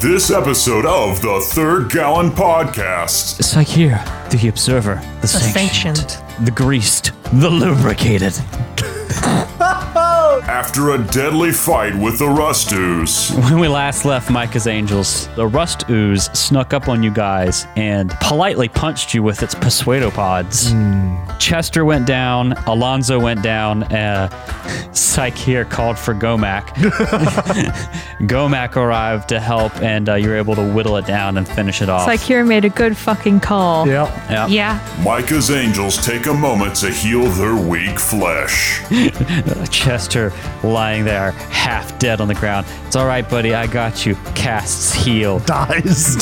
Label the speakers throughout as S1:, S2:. S1: this episode of the Third Gallon Podcast.
S2: Psycheer, the observer, the,
S3: sanctioned,
S2: sanctioned, the greased, the lubricated.
S1: After a deadly fight with the Rustus,
S2: When we last left Micah's Angels, the rust ooze snuck up on you guys and politely punched you with its persuadopods. Chester went down, Alonzo went down, uh, Psycheer called for Gomac. Gomac arrived to help, and uh, you were able to whittle it down and finish it off.
S3: Psycheer made a good fucking call.
S4: Yep.
S2: Yeah.
S3: Yeah.
S1: Micah's angels take a moment to heal their weak flesh.
S2: Chester lying there, half dead on the ground. It's all right, buddy. I got you. Casts heal.
S4: Dies.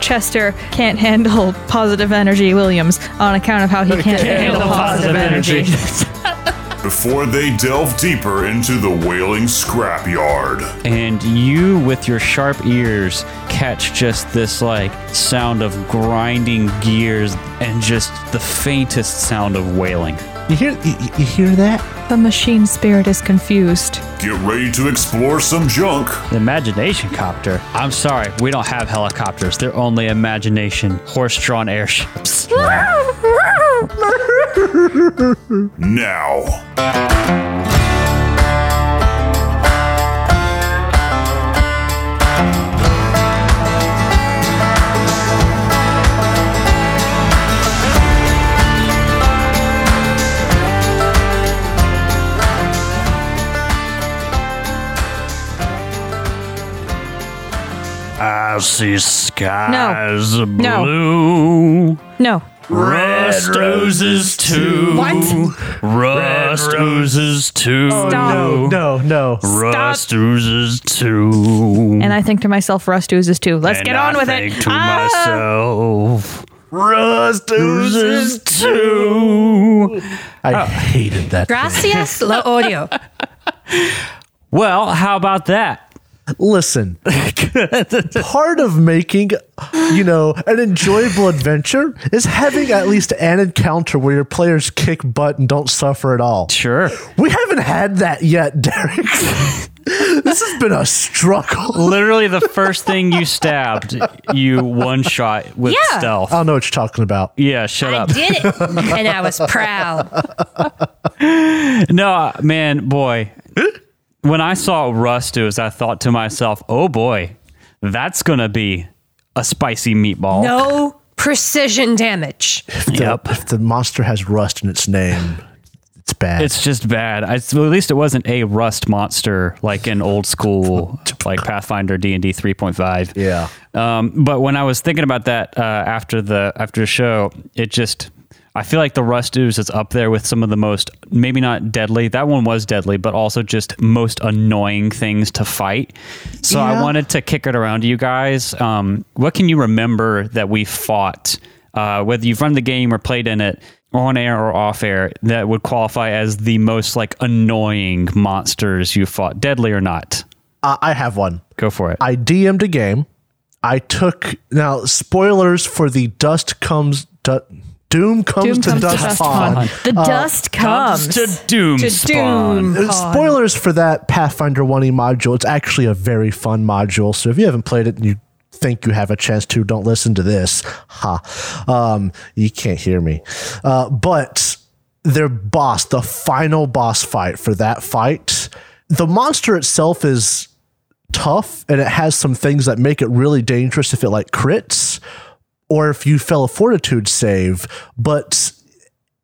S3: Chester can't handle positive energy Williams on account of how he can't handle positive energy.
S1: Before they delve deeper into the wailing scrapyard,
S2: and you, with your sharp ears, catch just this like sound of grinding gears and just the faintest sound of wailing.
S4: You hear? You, you hear that?
S3: The machine spirit is confused.
S1: get ready to explore some junk.
S2: The imagination copter. I'm sorry, we don't have helicopters. They're only imagination horse-drawn airships.
S1: Now,
S5: I see skies of
S3: No.
S5: blue,
S3: No.
S5: rust oozes too.
S3: What?
S5: Rust oozes too.
S2: Oh,
S3: Stop.
S4: No, no.
S5: Rust oozes too.
S3: And I think to myself, Rust oozes too. Let's
S5: And
S3: get on
S5: I
S3: with
S5: think
S3: it.
S5: to
S3: Ah!
S5: myself, rust oozes too.
S4: I hated that.
S6: Gracias, lo odio.
S2: Well, how about that?
S4: Listen, part of making, you know, an enjoyable adventure is having at least an encounter where your players kick butt and don't suffer at all.
S2: Sure.
S4: We haven't had that yet, Derek. this has been a struggle.
S2: Literally, the first thing you stabbed, you one shot with
S6: Yeah. Oh.
S2: stealth.
S4: I don't know what you're talking about.
S2: yeah, shut
S6: I
S2: up.
S6: did it, and I was proud.
S2: No, uh, man, boy. when I saw rust ooze, I thought to myself, oh boy, that's going to be a spicy meatball.
S6: No precision damage.
S2: Yep.
S4: If the monster has rust in its name, it's bad.
S2: It's just bad. I, well, at least it wasn't a rust monster like in old school, like Pathfinder D and D three point five.
S4: yeah.
S2: Um, but when I was thinking about that uh, after the after the show, it just I feel like the rust ooze is up there with some of the most maybe not deadly. That one was deadly, but also just most annoying things to fight. So I
S4: Yeah.
S2: wanted to kick it around to you guys. Um, what can you remember that we fought, uh, whether you've run the game or played in it? On air or off air, that would qualify as the most like annoying monsters you fought, deadly or not.
S4: I, I have one.
S2: Go for it.
S4: I DM'd a game. I took now spoilers for the dust comes du- doom comes
S3: Doom
S4: to
S3: comes
S4: dust, Uh, pond.
S3: The dust comes.
S2: to doom spawn.
S4: Uh, Spoilers for that Pathfinder 1e module. It's actually a very fun module. So if you haven't played it and you think you have a chance to, don't listen to this. Ha. Um, you can't hear me. Uh, but their boss, the final boss fight for that fight, the monster itself is tough and it has some things that make it really dangerous if it like crits or if you fail a fortitude save, but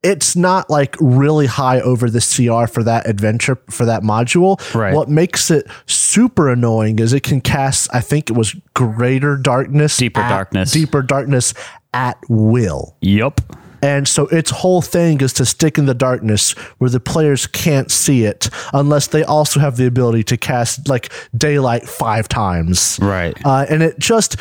S4: it's not like really high over the CR for that adventure for that module.
S2: Right.
S4: What makes it super annoying is it can cast, I think it was greater darkness,
S2: Deeper
S4: at-
S2: darkness.
S4: deeper darkness at will.
S2: Yup.
S4: And so its whole thing is to stick in the darkness where the players can't see it unless they also have the ability to cast like daylight five times.
S2: Right.
S4: Uh, and it just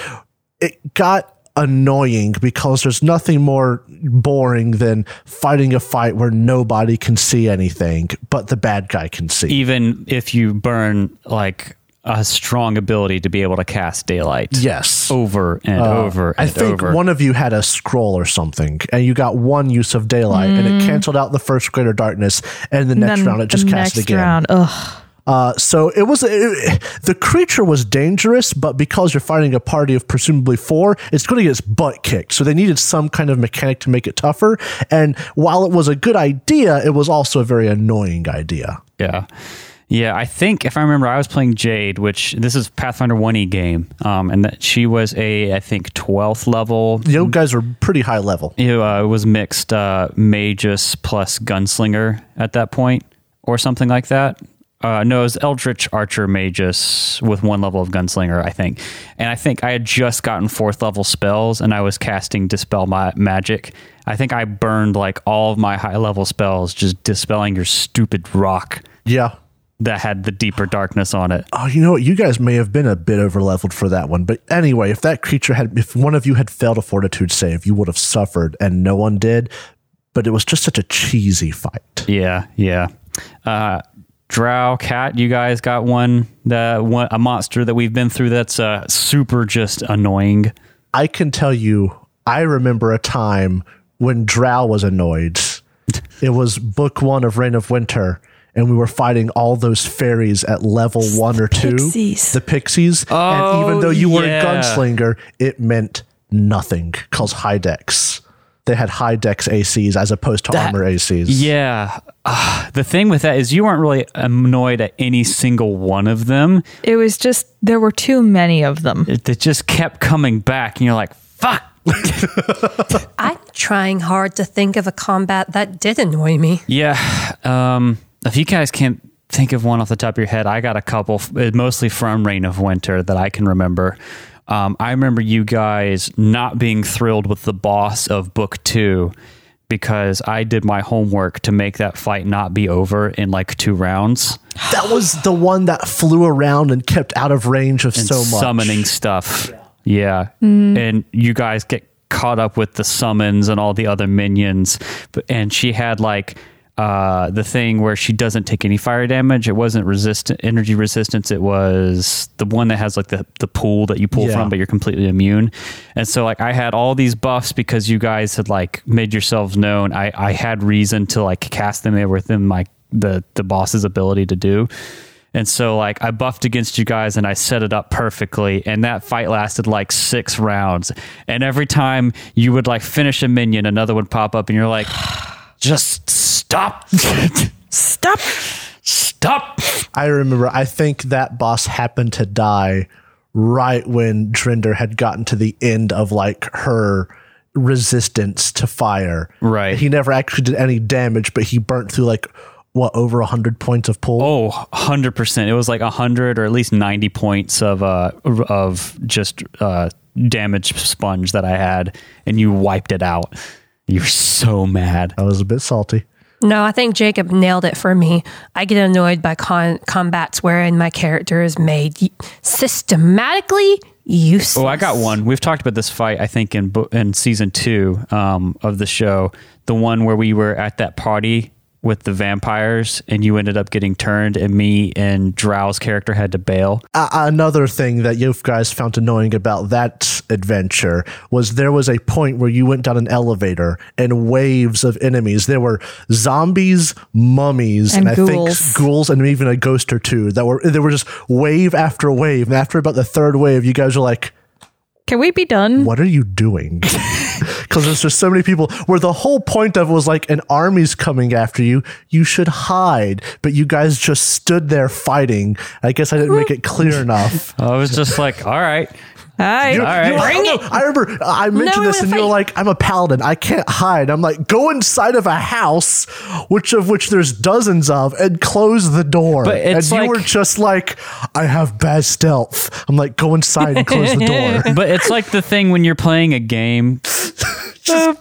S4: it got annoying because there's nothing more boring than fighting a fight where nobody can see anything but the bad guy can see.
S2: Even if you burn like a strong ability to be able to cast daylight.
S4: Yes.
S2: Over and over
S4: Uh, I
S2: oh, and
S4: think
S2: over.
S4: one of you had a scroll or something, and you got one use of daylight, and it canceled out the first greater darkness, and the
S3: And
S4: next
S3: Mm. then
S4: round it
S3: the
S4: just cast
S3: next
S4: it again.
S3: round. Ugh.
S4: Uh, so it was it, the creature was dangerous, but because you're fighting a party of presumably four, it's going to get its butt kicked. So they needed some kind of mechanic to make it tougher. And while it was a good idea, it was also a very annoying idea.
S2: Yeah. Yeah, I think if I remember, I was playing Jade, which this is Pathfinder 1e game, um, and that she was a, I think, 12th level.
S4: You guys were pretty high level.
S2: It uh, was mixed uh, Magus plus Gunslinger at that point, or something like that. Uh, no, it was Eldritch Archer Magus with one level of Gunslinger, I think. And I think I had just gotten fourth level spells and I was casting Dispel Ma- Magic. I think I burned like all of my high level spells just dispelling your stupid rock
S4: Yeah.
S2: that had the deeper darkness on it.
S4: Oh, you know what? You guys may have been a bit over leveled for that one. But anyway, if that creature had, if one of you had failed a fortitude save, you would have suffered, and no one did. But it was just such a cheesy fight.
S2: Yeah, yeah. Uh, Drow cat, you guys got one that one a monster that we've been through that's uh, super just annoying.
S4: I can tell you, I remember a time when Drow was annoyed. It was book one of Reign of Winter, and we were fighting all those fairies at level one or two.
S3: pixies.
S4: The pixies. and even though you were a
S2: Oh, yeah.
S4: gunslinger, it meant nothing because high decks. They had high dex ACs as opposed to armor ACs.
S2: Yeah. Ah, the thing with that is you weren't really annoyed at any single one of them.
S3: It was just there were too many of them.
S2: It, it just kept coming back, and you're like, "Fuck."
S6: I'm trying hard to think of a combat that did annoy me.
S2: Yeah. Um, if you guys can't think of one off the top of your head, I got a couple, f- uh, mostly from Reign of Winter that I can remember. Um, I remember you guys not being thrilled with the boss of book two because I did my homework to make that fight not be over in like two rounds
S4: That was the one that flew around and kept out of range of
S2: and
S4: so much. Mm.
S2: summoning stuff. Yeah. And you guys get caught up with the summons and all the other minions. But- And she had like uh, the thing where she doesn't take any fire damage. It wasn't resistant energy resistance. It was the one that has like the, the pool that you pull
S4: Yeah.
S2: from, but you're completely immune. And so like I had all these buffs because you guys had like made yourselves known. I, I had reason to like cast them within my the the boss's ability to do. And so like I buffed against you guys and I set it up perfectly and that fight lasted like 6 rounds. And every time you would like finish a minion another would pop up and you're like just stop.
S3: Stop.
S2: stop.
S4: I remember, I think that boss happened to die right when Drinder had gotten to the end of like her resistance to fire.
S2: Right.
S4: He never actually did any damage, but he burnt through like what over 100 points of pull.
S2: Oh, 100%. It was like 100 or at least 90 points of uh of just uh damage sponge that I had and you wiped it out. You're so mad.
S4: I was a bit salty.
S6: No, I think Jacob nailed it for me. I get annoyed by con- combats wherein my character is made y- systematically useless.
S2: Oh, I got one. We've talked about this fight, I think, in bo- in season two um, of the show. The one where we were at that party with the vampires, and you ended up getting turned, and me and Drow's character had to bail.
S4: Uh, another thing that you guys found annoying about that adventure was there was a point where you went down an elevator and waves of enemies. There were zombies, mummies, and,
S3: And
S4: I
S3: ghouls.
S4: think ghouls, and even a ghost or two that were there were just wave after wave. And after about the third wave, you guys were like,
S3: Can we be done?
S4: "What are you doing?" Because there's just so many people. Where the whole point of it was like an army's coming after you. You should hide, but you guys just stood there fighting. I guess I didn't make it clear enough.
S2: I was just like, "All right,
S3: Hi.
S2: All
S4: You're-
S2: right.
S4: you're-
S6: Bring
S4: no, I remember uh, I mentioned
S6: we
S4: this, and
S6: wanna
S4: you're
S6: fight.
S4: like, "I'm a paladin. I can't hide." I'm like, "Go inside of a house, which of which there's dozens of, and close the door."
S2: But
S4: and
S2: it's
S4: you
S2: like-
S4: were just like, "I have bad stealth." I'm like, "Go inside and close the door."
S2: but it's like the thing when you're playing a game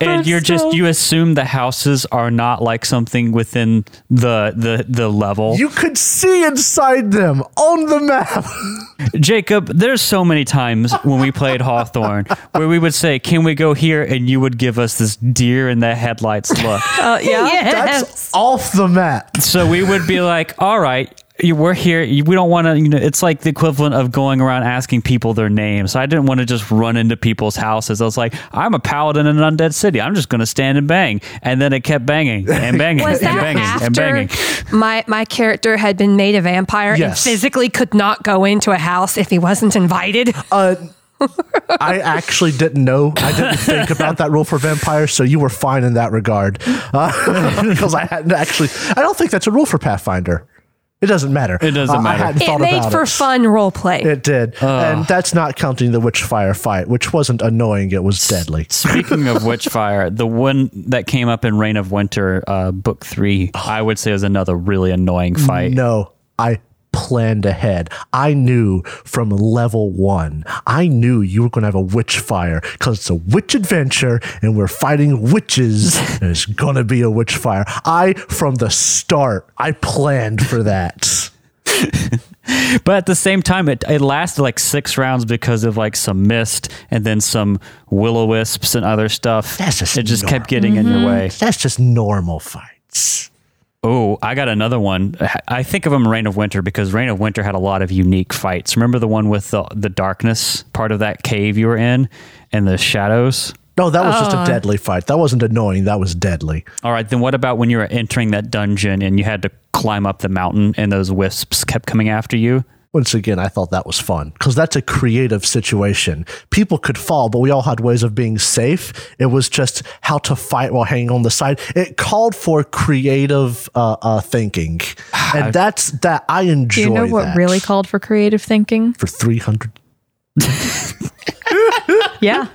S2: and you're just you assume the houses are not like something within the the the level.
S4: You could see inside them on the map.
S2: Jacob, there's so many times when we played Hawthorne where we would say, "Can we go here?" and you would give us this deer in the headlights look.
S3: Uh, yeah.
S4: That's off the map.
S2: so we would be like, "All right, you- we're here. you- We don't want to. You know, it's like the equivalent of going around asking people their names. So I didn't want to just run into people's houses. I was like, I'm a paladin in an undead city. I'm just going to stand and bang. And then it kept banging and banging
S6: Was
S2: and
S6: that
S2: banging and
S6: after
S2: banging.
S6: my my character had been made a vampire
S4: Yes.
S6: and physically could not go into a house if he wasn't invited?
S4: Uh, I actually didn't know. I didn't think about that rule for vampires, so you were fine in that regard. Uh, Because I hadn't actually. I don't think that's a rule for Pathfinder. It doesn't matter. It
S2: doesn't matter.
S4: I hadn't
S6: it
S4: thought
S6: made
S4: about
S6: for
S4: it.
S6: fun role play.
S4: It did, and that's not counting the Witchfire fight, which wasn't annoying. It was deadly.
S2: Speaking of Witchfire, the one that came up in Reign of Winter, uh, book three, I would say was another really annoying fight.
S4: No, I planned ahead. I knew from level one, I knew you were going to have a witch fire because it's a witch adventure and we're fighting witches. There's going to be a witch fire. I, from the start, I planned for that.
S2: But at the same time, it, it lasted like six rounds because of like some mist and then some will o wisps and other stuff.
S4: That's just Mhm.
S2: it just kept
S4: normal.
S2: getting in your way.
S4: That's just normal fights.
S2: Oh, I got another one. I think of them Reign of Winter because Reign of Winter had a lot of unique fights. Remember the one with the, the darkness part of that cave you were in and the shadows?
S4: No, that was just a deadly fight. That wasn't annoying. That was deadly.
S2: All right, then what about when you were entering that dungeon and you had to climb up the mountain and those wisps kept coming after you?
S4: Once again, I thought that was fun because that's a creative situation. People could fall, but we all had ways of being safe. It was just how to fight while hanging on the side. It called for creative uh, uh, thinking, and that's that I
S3: Do
S4: enjoy.
S3: you know what
S4: that.
S3: really called for creative thinking?
S4: for three hundred?
S3: Yeah.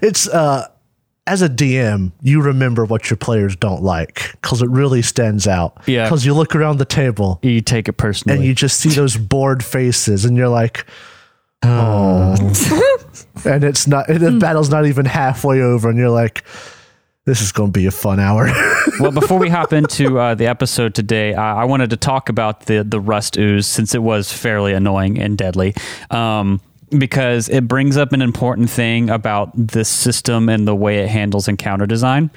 S4: It's uh, as a DM, you remember what your players don't like because it really stands out.
S2: Yeah.
S4: because you look around the table
S2: You take it personally.
S4: and you just see those bored faces and you're like Uh. oh and it's not and
S6: Hmm.
S4: the battle's not even halfway over and you're like this is going to be a fun hour
S2: well, before we hop into uh, the episode today, I, I wanted to talk about the the rust ooze since it was fairly annoying and deadly. Um, because it brings up an important thing about this system and the way it handles encounter design.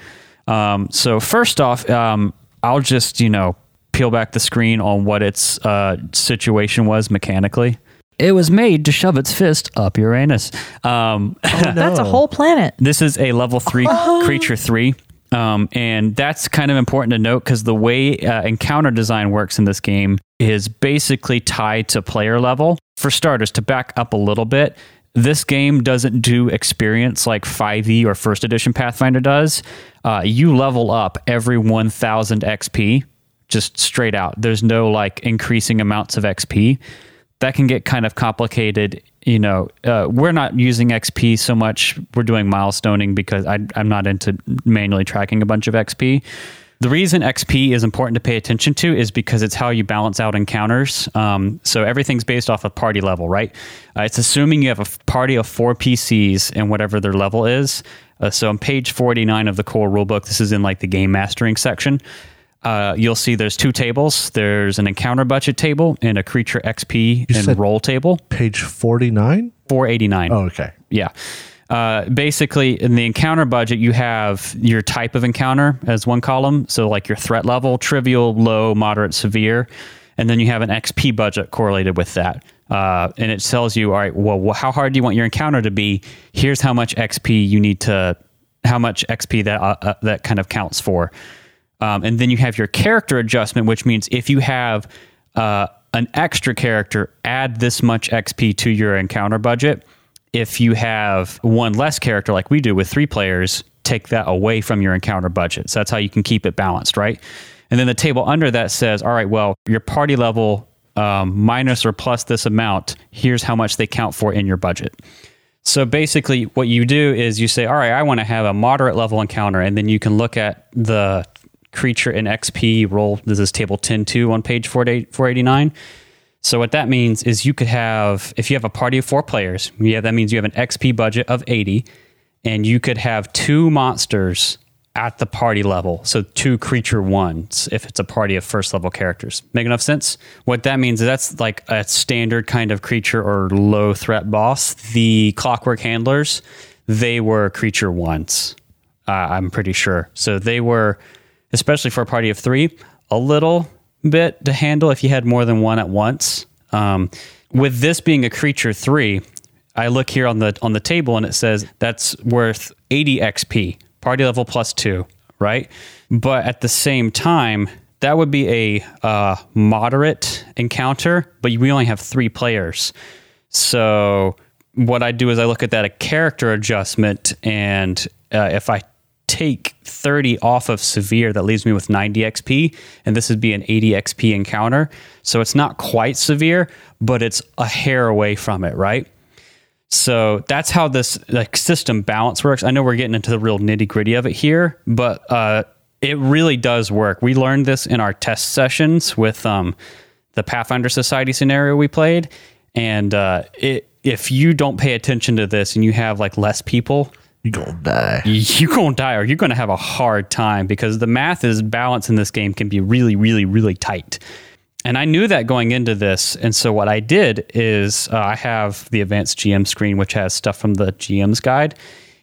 S2: Um, so first off, um, I'll just you know peel back the screen on what its uh, situation was mechanically. It was made to shove its fist up your anus. Um,
S3: That's a whole planet.
S2: this is a level three creature three. Um, and that's kind of important to note because the way uh, encounter design works in this game is basically tied to player level. For starters, to back up a little bit, this game doesn't do experience like 5e or first edition Pathfinder does. Uh, you level up every 1000 XP, just straight out. There's no like increasing amounts of XP that can get kind of complicated. You know, uh, we're not using XP so much. We're doing milestoning because I, I'm not into manually tracking a bunch of XP. The reason XP is important to pay attention to is because it's how you balance out encounters. Um, so everything's based off of party level, right? Uh, it's assuming you have a f- party of four PCs and whatever their level is. Uh, so on page 49 of the core rulebook, this is in like the game mastering section uh, you'll see there's two tables. There's an encounter budget table and a creature XP and
S4: said-
S2: roll table.
S4: page 49
S2: 489.
S4: oh okay
S2: Yeah. Uh, basically, in the encounter budget, you have your type of encounter as one column. So, like your threat level, trivial, low, moderate, severe. And then you have an XP budget correlated with that. Uh, and it tells you, all right, well, wh- how hard do you want your encounter to be? Here's how much XP you need to, how much XP that, uh, uh, that kind of counts for. Um, and then you have your character adjustment, which means if you have uh, an extra character, add this much XP to your encounter budget. If you have one less character, like we do with three players, take that away from your encounter budget. So that's how you can keep it balanced, right? And then the table under that says, all right, well, your party level um, minus or plus this amount, here's how much they count for in your budget. So basically, what you do is you say, "All right, I want to have a moderate level encounter," and then you can look at the creature in XP roll. This is table 10-2 on page 48 489. So what that means is you could have, if you have a party of four players, yeah, that means you have an XP budget of eighty, and you could have two monsters at the party level. So two creature ones if it's a party of first level characters. Make enough sense? What that means is that's like a standard kind of creature or low threat boss. The clockwork handlers, they were creature ones. Uh, I'm pretty sure. So they were especially for a party of three, a little bit to handle if you had more than one at once. Um, with this being a creature three, I look here on the on the table and it says that's worth 80 XP, party level plus two, right? But at the same time, that would be a uh, moderate encounter, but we only have three players. So what I do is I look at that a character adjustment, and uh, if I take 30 off of severe, that leaves me with 90 XP, and this would be an 80 XP encounter. So it's not quite severe, but it's a hair away from it, right? So that's how this like system balance works. I know we're getting into the real nitty gritty of it here, but uh, it really does work. We learned this in our test sessions with um, the Pathfinder Society scenario we played, and uh, it, if you don't pay attention to this and you have like less people,
S4: You gonna die.
S2: you're gonna die or you're gonna have a hard time because the math is balance in this game can be really really really tight and i knew that going into this and so what i did is uh, i have the advanced gm screen which has stuff from the gm's guide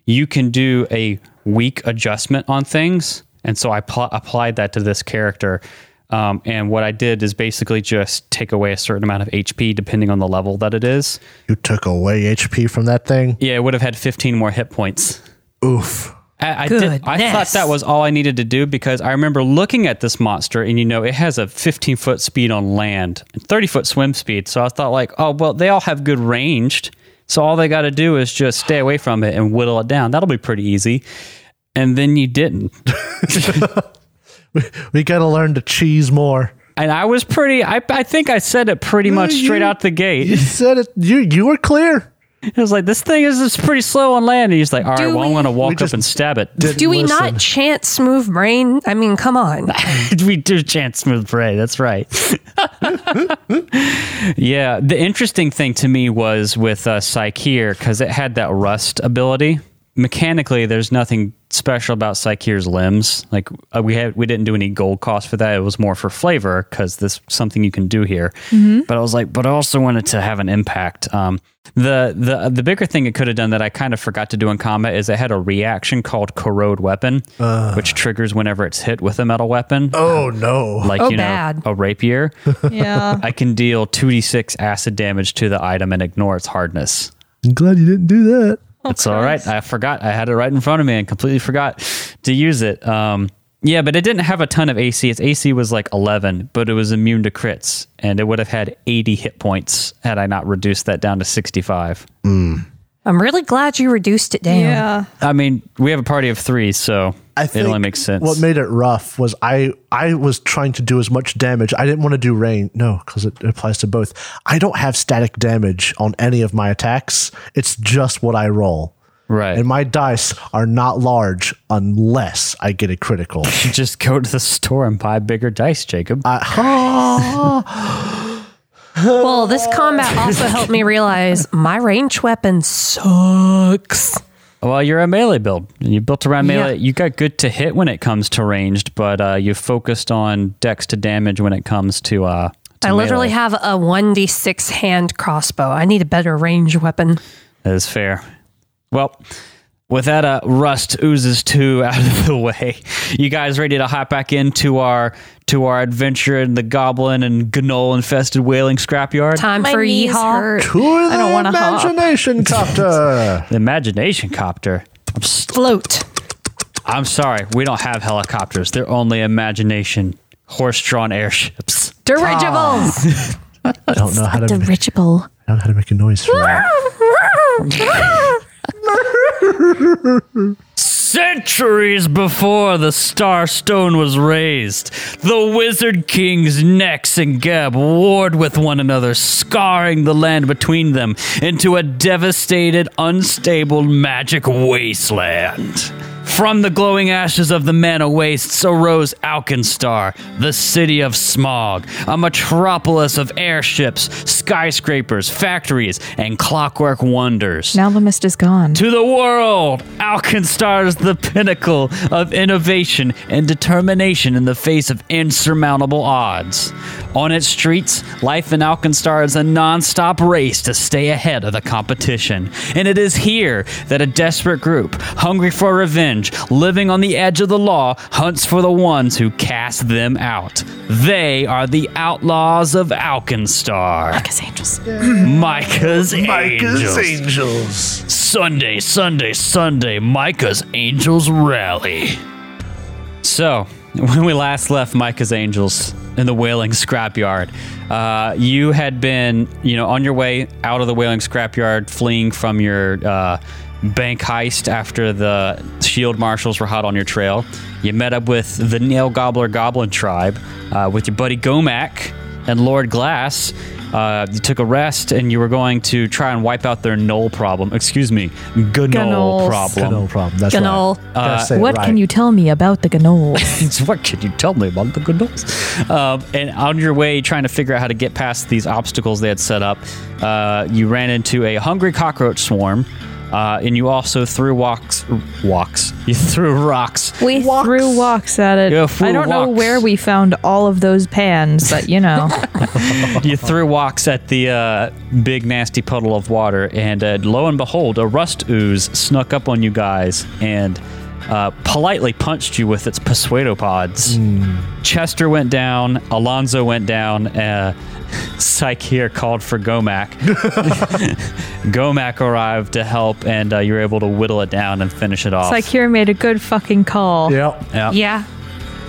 S2: you can do a weak adjustment on things and so i pl- applied that to this character um, and what i did is basically just take away a certain amount of hp depending on the level that it is
S4: You took away HP from that thing.
S2: yeah it would have had 15 more hit points
S4: Oof.
S2: I, I, did, I thought
S6: Goodness.
S2: that was all I needed to do because I remember looking at this monster and you know it has a 15 foot speed on land and 30 foot swim speed. So I thought like, oh well, they all have good ranged, so all they got to do is just stay away from it and whittle it down. That'll be pretty easy. And then you didn't.
S4: We gotta learn to cheese more.
S2: And I was pretty. I, I think I said it pretty much
S4: you-
S2: straight out the
S4: You
S2: gate.
S4: said it. You you were clear.
S2: I was like, this thing is it's pretty slow on land. And he's like, all right,
S6: Do
S2: well, I'm
S6: we-
S2: going to
S4: We
S2: walk up
S4: just
S2: and stab it.
S4: Didn't
S6: Do we
S4: listen.
S6: not chant smooth brain? I mean, come on.
S2: we do chant smooth prey. That's right. yeah. The interesting thing to me was with uh, Psycheer because it had that rust ability. Mechanically, there's nothing special about Psycheer's limbs. Like uh, we had, we didn't do any gold cost for that. It was more for flavor because this something you can do here. But I was like, but I also wanted to have an impact. Um, the the uh, the bigger thing it could have done that I kind of forgot to do in combat is it had a reaction called corrode weapon, which triggers whenever it's hit with a metal weapon
S4: Oh no.
S2: like
S6: Oh,
S2: you know
S6: bad.
S2: a rapier
S3: Yeah.
S2: i can deal 2d6 acid damage to the item and ignore its hardness
S4: I'm glad you didn't do that.
S6: Oh,
S2: it's all right i forgot i had it right in front of me and completely forgot to use it um yeah but it didn't have a ton of ac its ac was like 11 but it was immune to crits and it would have had 80 hit points had i not reduced that down to 65
S6: I'm really glad you reduced it down.
S3: Yeah.
S2: i mean we have a party of three so
S4: I
S2: it only makes sense
S4: What made it rough was I I was trying to do as much damage. I didn't want to do rain. No, because it applies to both. I don't have static damage on any of my attacks. It's just what I roll.
S2: right
S4: And my dice are not large unless I get a critical.
S2: just go to the store and buy bigger dice jacob
S6: Well, this combat also helped me realize my range weapon sucks.
S2: Well, you're a melee build. You built around
S6: Yeah.
S2: melee. You got good to hit when it comes to ranged, but uh, you focused on dex to damage when it comes to. Uh, to
S6: I literally
S2: melee.
S6: have a 1d6 hand crossbow. I need a better range weapon.
S2: That is fair. Well, with that, uh, rust oozes two out of the way. You guys ready to hop back into our to our adventure in the goblin and gnoll infested whaling scrapyard?
S6: Time
S3: My
S6: for
S3: knees
S6: yeehaw.
S3: hurt.
S4: Who are
S3: I don't
S4: the
S3: wanna hop.
S4: imagination copter?
S2: The imagination copter. I'm, s-
S6: Float.
S2: I'm sorry, we don't have helicopters. They're only imagination horse-drawn airships.
S6: Dirigibles.
S4: Ah. I don't know how to. I
S6: Dirigible.
S4: don't know how to make a noise for that.
S2: Centuries before the Star Stone was raised, the Wizard King's necks and Geb warred with one another, scarring the land between them into a devastated, unstable magic wasteland. From the glowing ashes of the Mana Wastes arose Alkenstar, the city of smog, a metropolis of airships, skyscrapers, factories, and clockwork wonders.
S3: Now the mist is gone.
S2: To the world, Alkenstar is the pinnacle of innovation and determination in the face of insurmountable odds. On its streets, life in Alkenstar is a non-stop race to stay ahead of the competition. And it is here that a desperate group, hungry for revenge, fringe, living on the edge of the law, hunts for the ones who cast them out. They are the outlaws of Alkenstar.
S6: Because angels.
S2: Micah's,
S5: Micah's
S2: angels.
S5: Angels.
S2: Sunday, Sunday, Sunday, Micah's Angels Rally. So, when we last left Micah's Angels in the Whaling Scrapyard, uh, you had been, you know, on your way out of the Whaling Scrapyard, fleeing from your uh, bank heist after the Shield Marshals were hot on your trail. You met up with the Nail Gobbler Goblin Tribe, uh, with your buddy Gomac and Lord Glass. Uh, you took a rest and you were going to try and wipe out their null problem. Excuse me, Gnull
S3: Gnolls.
S2: problem.
S4: No problem. That's
S6: Ganol.
S4: right. Gotta say it
S3: What
S4: right.
S3: can you tell me about the Gnolls?
S2: It's, what can you tell me about the Gnolls? Um, and on your way, trying to figure out how to get past these obstacles they had set up, uh, you ran into a hungry cockroach swarm, uh, and you also threw walks, walks. You threw rocks.
S3: We threw walks at it.
S2: Yeah, threw
S3: I don't know
S2: walks.
S3: where we found all of those pans, but you know.
S2: You threw walks at the uh, big nasty puddle of water, and uh, lo and behold, a rust ooze snuck up on you guys and uh, politely punched you with its persuado pods. Chester went down, Alonzo went down, uh, Psyche here called for Gomac. Gomac arrived to help, and uh, you were able to whittle it down and finish it off.
S3: Saikira made a good fucking call.
S4: Yep.
S2: Yeah.
S6: Yeah.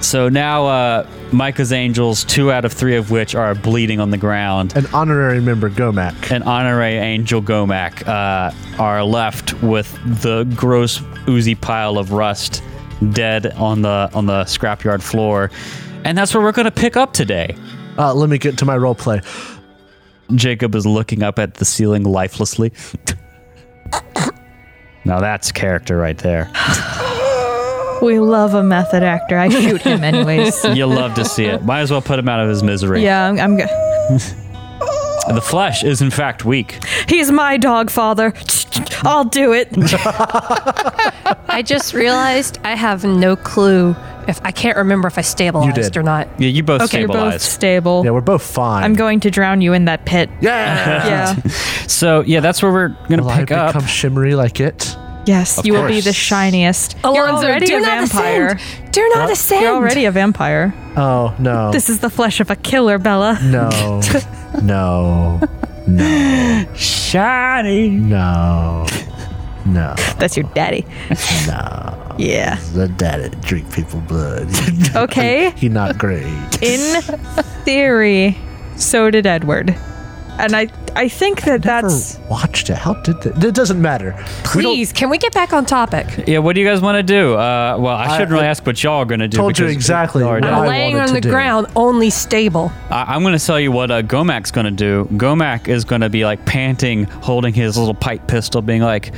S2: So now uh, Micah's angels, two out of three of which are bleeding on the ground.
S4: An honorary member, Gomac.
S2: and honorary angel Gomac uh, are left with the gross oozy pile of rust dead on the on the scrapyard floor. And that's where we're going to pick up today.
S4: Uh, let me get to my role play.
S2: Jacob is looking up at the ceiling lifelessly. now that's character right there.
S3: We love a method actor. I shoot him anyways.
S2: You'll love to see it. Might as well put him out of his misery.
S3: yeah, I'm, I'm good.
S2: The flesh is in fact weak.
S3: He's my dog father. I'll do it.
S6: I just realized I have no clue if I can't remember if I stabilized
S4: did.
S6: or not.
S2: Yeah, you both
S3: You're both
S2: stabilized.
S3: stable.
S4: Yeah, we're both fine.
S3: I'm going to drown you in that pit.
S4: Yeah.
S3: Yeah.
S2: so yeah, that's where we're gonna
S4: Will I
S2: pick up.
S4: become shimmery like it?
S3: Yes, you will be
S2: course.
S3: the shiniest. You're
S6: Alonzo,
S3: already
S6: do
S3: a
S6: not
S3: vampire.
S6: Ascend. Do not ascend.
S3: You're already a vampire.
S4: Oh no.
S3: This is the flesh of a killer, Bella.
S4: no. no.
S2: Shiny.
S4: No. No.
S3: That's your daddy.
S4: No.
S3: Yeah.
S4: The daddy drink people blood.
S3: Okay.
S4: he not great.
S3: In theory, so did Edward. And I I think that that's
S4: Never watched it. How did that? It doesn't matter.
S6: Please, can we get back on topic?
S2: Yeah, what do you guys want to do? Uh, well, I shouldn't really ask what y'all are going to do.
S4: Told you
S2: because-
S4: exactly.
S2: Lord,
S4: what
S2: I-
S4: I
S6: Laying
S4: wanted
S6: on
S4: to
S6: the
S4: do.
S6: ground, only stable.
S2: I'm going to tell you what uh, Gomac's going to do. Gomac is going to be like panting, holding his little pipe pistol, being like,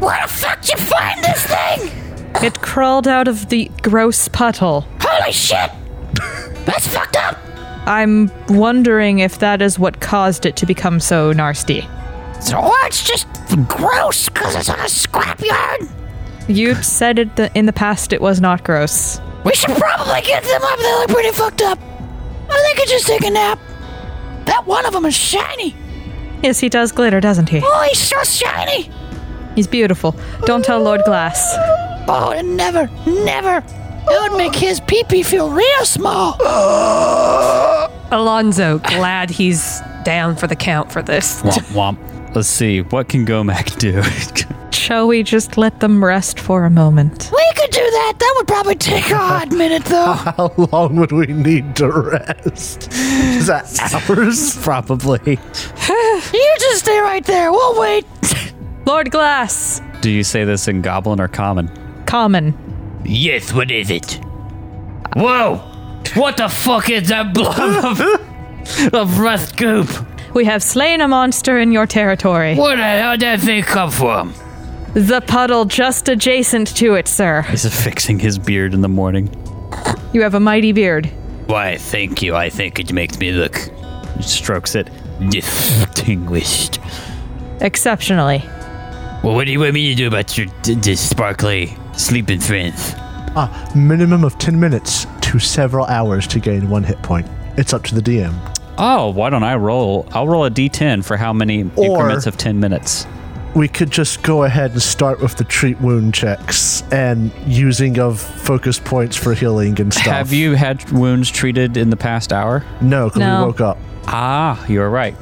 S6: Where the fuck you find this thing?
S3: it crawled out of the gross puddle.
S6: Holy shit! That's fucked up.
S3: I'm wondering if that is what caused it to become so nasty.
S6: So it's just gross because it's on a scrapyard.
S3: You said it th- in the past it was not gross.
S6: We should probably get them up. They look pretty fucked up. I think I just take a nap. That one of them is shiny.
S3: Yes, he does glitter, doesn't he?
S6: Oh, he's so shiny.
S3: He's beautiful. Don't tell Lord Glass.
S6: Oh, never, never. That would make his pee pee feel real small. Alonzo, glad he's down for the count for this.
S2: womp womp. Let's see, what can Gomac do?
S3: Shall we just let them rest for a moment?
S6: We could do that. That would probably take a hot minute, though.
S4: How long would we need to rest? Is that hours? Probably.
S6: You just stay right there. We'll wait.
S3: Lord Glass!
S2: do you say this in Goblin or Common?
S3: Common.
S5: Yes, what is it? Whoa! What the fuck is that blob of, of rust goop?
S3: We have slain a monster in your territory.
S5: Where the hell did that thing come from?
S3: The puddle just adjacent to it, sir.
S2: He's fixing his beard in the morning.
S3: You have a mighty beard.
S5: Why, thank you. I think it makes me look
S2: He strokes it.
S5: distinguished.
S3: Exceptionally.
S5: Well, what do you want me to do about your d- d- sparkly sleeping friends?
S4: Ah, minimum of 10 minutes to several hours to gain one hit point. It's up to the DM.
S2: Oh, why don't I roll? I'll roll a d10 for how many
S4: Or-
S2: increments of 10 minutes.
S4: we could just go ahead and start with the treat wound checks and using of focus points for healing and stuff.
S2: Have you had wounds treated in the past hour?
S4: No, because
S3: No.
S4: we woke up.
S2: Ah, you're right.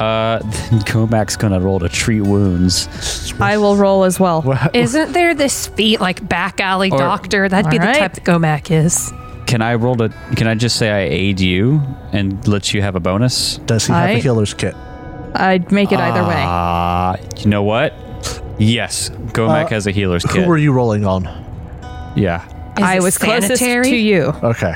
S2: Uh, Komak's gonna roll to treat wounds.
S3: I will roll as well.
S6: Isn't there this feat like back alley
S2: Or-
S6: doctor? That'd be
S3: All
S6: the
S3: right.
S6: type that Gomac is.
S2: Can I roll to? Can I just say I aid you and let you have a bonus?
S4: Does he have a
S3: I-
S4: healer's kit?
S3: I'd make it either way.
S2: Ah, you know what? Yes, Gomak
S4: Uh,
S2: has a healer's
S4: Who
S2: kit.
S4: were you rolling on?
S2: yeah,
S6: Is
S3: I
S6: it
S3: was closest
S6: sanitary?
S3: to you,
S4: Okay.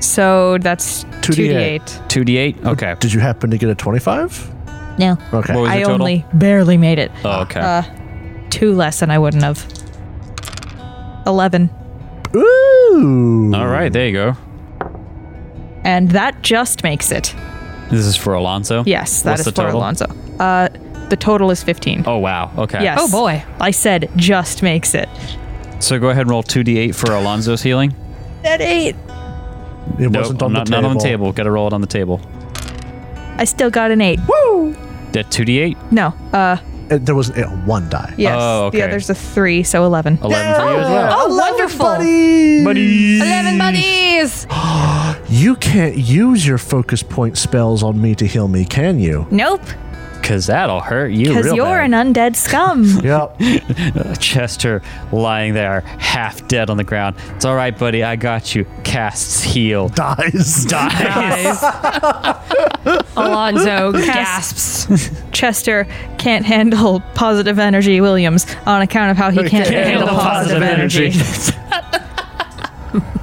S3: so that's
S4: 2d8.
S3: 2d8.
S2: two d eight. Okay.
S4: Did you happen to get a 25?
S3: No.
S4: Okay.
S2: What was
S3: I
S2: your total?
S3: only barely made it.
S2: Oh, okay.
S3: Uh, two less than I wouldn't have. 11.
S4: Ooh.
S2: All right, there you go.
S3: And that just makes it.
S2: This is for Alonso.
S3: Yes, that
S2: What's
S3: is
S2: the
S3: for
S2: total?
S3: Alonso. Uh, the total is 15.
S2: Oh wow. Okay.
S3: Yes.
S6: Oh, boy.
S3: I said just makes it.
S2: So go ahead and roll two d eight for Alonso's healing.
S3: That 8.
S4: It
S2: Nope,
S4: wasn't on
S2: not,
S4: the table.
S2: not on the table. Got to roll it on the table.
S3: I still got an 8. Woo!
S2: That two d eight.
S3: No. Uh,
S4: Uh, There was a one die.
S3: yes.
S2: Oh, okay.
S3: The other's a 3, so 11.
S2: Eleven for you as well.
S6: Oh, wonderful.
S4: Buddy.
S6: Eleven buddies.
S4: You can't use your focus point spells on me to heal me, can you?
S3: Nope.
S2: Cause that'll hurt you.
S3: Because
S2: real
S3: you're
S2: bad.
S3: an undead scum.
S4: Yep.
S2: Chester lying there, half dead on the ground. It's all right, buddy. I got you. Casts heal.
S4: Dies.
S6: Alonzo gasps.
S3: Chester can't handle positive energy Williams on account of how he can't, handle, positive energy.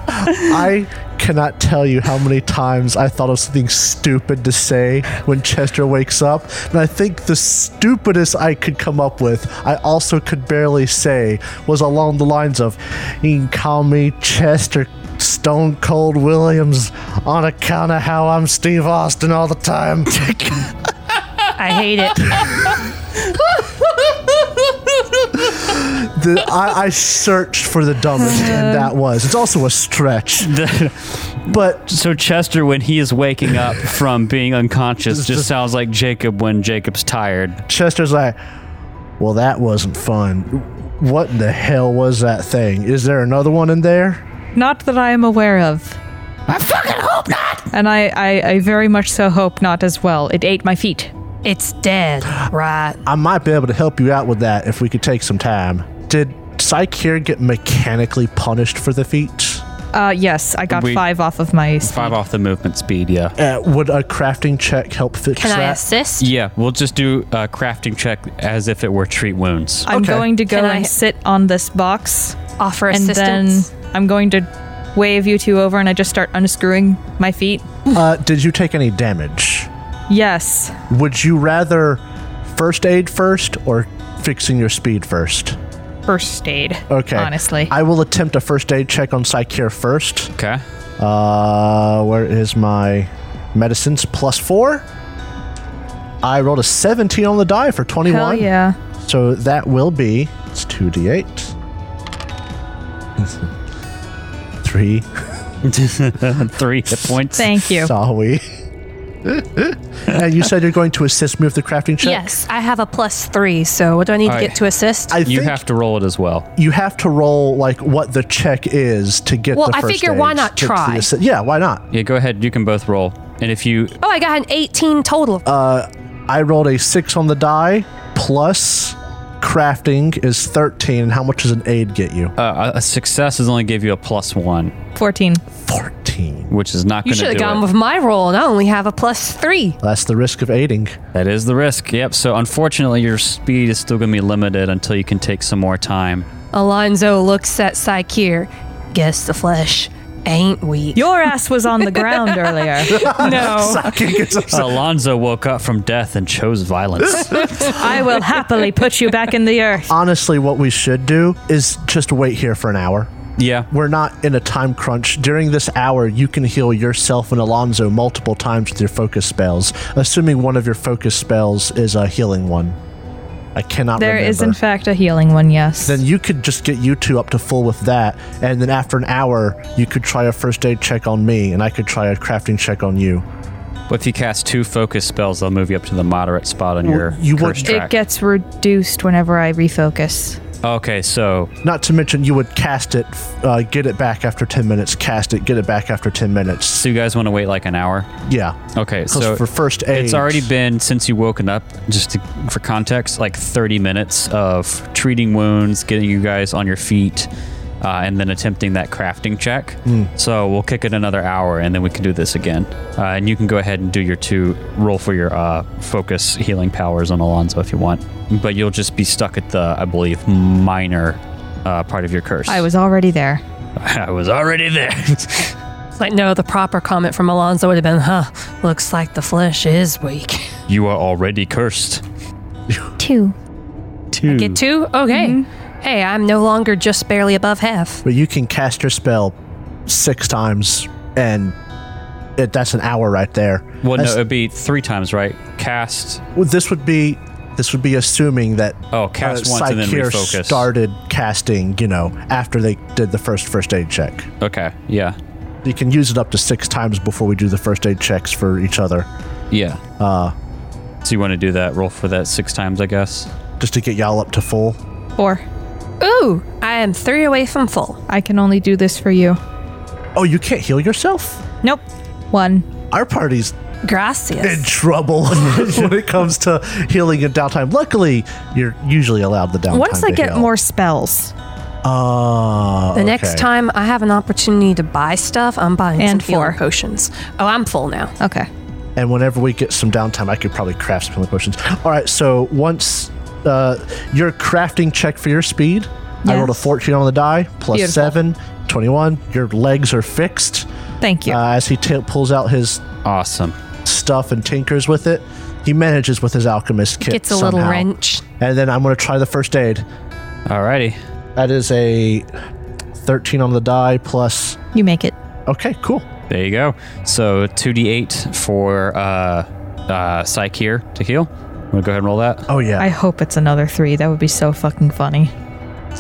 S4: I cannot tell you how many times I thought of something stupid to say when Chester wakes up. And I think the stupidest I could come up with, I also could barely say, was along the lines of, You can call me Chester Stone Cold Williams on account of how I'm Steve Austin all the time.
S6: I hate it.
S4: The- I, I searched for the dumbest, and that was. It's also a stretch. But
S2: so Chester, when he is waking up from being unconscious, just
S4: just-
S2: sounds like Jacob when Jacob's tired.
S4: Chester's like, "Well, that wasn't fun. What in the hell was that thing? Is there another one in there?"
S3: Not that I am aware of.
S5: I fucking hope not.
S3: And I, I, I very much so hope not as well. It ate my feet.
S6: It's dead, right?
S4: I might be able to help you out with that if we could take some time. Did Psyche here get mechanically punished for the feat?
S3: Uh, yes, I got
S2: We-
S3: five off of my. s-
S2: Five off the movement speed. Yeah.
S4: Uh, would a crafting check help fix
S6: Can
S4: that?
S6: I assist?
S2: Yeah. We'll just do a crafting check as if it were treat wounds.
S3: I'm
S4: Okay.
S3: going to go
S6: Can
S3: and
S6: I-
S3: sit on this box,
S6: Offer
S3: and
S6: assistance.
S3: then I'm going to wave you two over, and I just start unscrewing my feet.
S4: uh, did you take any damage?
S3: Yes,
S4: Would you rather first aid first or fixing your speed first?
S3: first aid.
S4: Okay.
S3: honestly,
S4: I will attempt a first aid check on Psyche here first.
S2: Okay.
S4: Uh, where is my medicines? Plus four. I rolled a 17 on the die for 21.
S3: hell yeah.
S4: So that will be it's 2d8. Three.
S2: Three hit points.
S3: Thank you.
S4: Sorry. and you said you're going to assist me with the crafting check?
S6: Yes, I have a plus three. So what do I need to
S2: Alright.
S6: get to assist?
S4: I
S2: You
S4: think
S2: have to roll it as well.
S4: you have to roll like what the check is to get
S6: Well,
S4: the
S6: I
S4: first
S6: figure why
S4: aid
S6: not
S4: to- to
S6: try?
S4: assi- yeah, why not?
S2: Yeah. Go ahead. You can both roll. And if you
S6: oh, I got an 18 total.
S2: Uh,
S4: I rolled a six on the die plus crafting is 13. And how much does an aid get you?
S2: uh, a success is only give you a plus one,
S3: Fourteen.
S4: 14.
S2: which is not going
S6: you
S2: to
S6: should
S2: do
S6: have
S2: it.
S6: gone with my roll, and I only have a plus three.
S4: That's the risk of aiding.
S2: That is the risk. Yep. So unfortunately, your speed is still going to be limited until you can take some more time.
S6: Alonzo looks at Psycheer. Guess the flesh ain't weak.
S3: Your ass was on the ground earlier. No,
S2: Alonzo woke up from death and chose violence.
S3: I will happily put you back in the earth.
S4: Honestly, what we should do is just wait here for an hour.
S2: yeah.
S4: We're not in a time crunch. During this hour, you can heal yourself and Alonzo multiple times with your focus spells, assuming one of your focus spells is a healing one. I cannot
S3: There
S4: remember.
S3: is, in fact, a healing one. Yes.
S4: then you could just get you two up to full with that, and then after an hour, you could try a first aid check on me, and I could try a crafting check on you.
S2: But if you cast two focus spells, they'll move you up to the moderate spot on your
S4: you
S2: curse
S4: would-
S3: It
S2: track.
S3: gets reduced whenever I refocus.
S2: okay, so
S4: Not to mention, you would cast it, uh, get it back after 10 minutes, cast it, get it back after 10 minutes.
S2: so you guys want to wait like an hour?
S4: Yeah.
S2: Okay,
S4: 'Cause
S2: so
S4: for first aid.
S2: It's already been since you woken up. Just to, for context, like 30 minutes of treating wounds, getting you guys on your feet, uh, and then attempting that crafting check.
S4: Hmm.
S2: So we'll kick it another hour, and then we can do this again. Uh, and you can go ahead and do your two roll for your uh, focus healing powers on Alonzo if you want. But you'll just be stuck at the, I believe, minor uh, part of your curse.
S3: I was already there.
S2: I was already there.
S6: It's like, no, the proper comment from Alonzo would have been, huh, looks like the flesh is weak.
S3: Mm-hmm.
S2: you are already cursed.
S3: Two.
S2: Two.
S6: Get two? Okay.
S3: Mm-hmm.
S6: Hey, I'm no longer just barely above half.
S4: But you can cast your spell six times, and it, that's an hour right there.
S2: Well, no,
S4: That's-
S2: it'd be three times, right? Cast.
S4: well, this would be. This would be assuming that
S2: Oh, cast once and then
S4: Psycheer
S2: refocus.
S4: started casting, you know, after they did the first first aid check.
S2: Okay. Yeah.
S4: You can use it up to six times before we do the first aid checks for each other,
S2: Yeah. Uh. So you want to do that? Roll for that six times, I guess.
S4: just to get y'all up to full.
S3: Four.
S6: Ooh, I am three away from full.
S3: I can only do this for you.
S4: Oh, you can't heal yourself?
S3: Nope. One.
S4: Our party's in
S6: Gracias.
S4: trouble when it comes to healing and downtime. Luckily, you're usually allowed the downtime.
S3: Once I
S4: to
S3: get
S4: heal.
S3: more spells
S4: Oh,
S6: The next time I have an opportunity to buy stuff, I'm buying
S3: And
S6: some healing
S3: four.
S6: potions. Oh, I'm full now.
S3: Okay.
S4: and whenever we get some downtime, I could probably craft some healing potions. All right, so once uh, your crafting check for your speed, I rolled a
S3: Yes.
S4: 14 on the die, plus
S3: Beautiful.
S4: 7, 21. Your legs are fixed.
S3: Thank you.
S4: Uh, as he ta pulls out his
S2: Awesome.
S4: stuff and tinkers with it, he manages with his alchemist kit.
S6: Gets a little
S4: somehow.
S6: wrench.
S4: And then I'm going to try the first aid.
S2: Alrighty.
S4: That is a 13 on the die, plus.
S3: you make it.
S4: Okay, cool.
S2: There you go. So two d eight for uh, uh, psych here to heal. I'm gonna go ahead and roll that.
S4: Oh, yeah.
S3: I hope it's another three. That would be so fucking funny.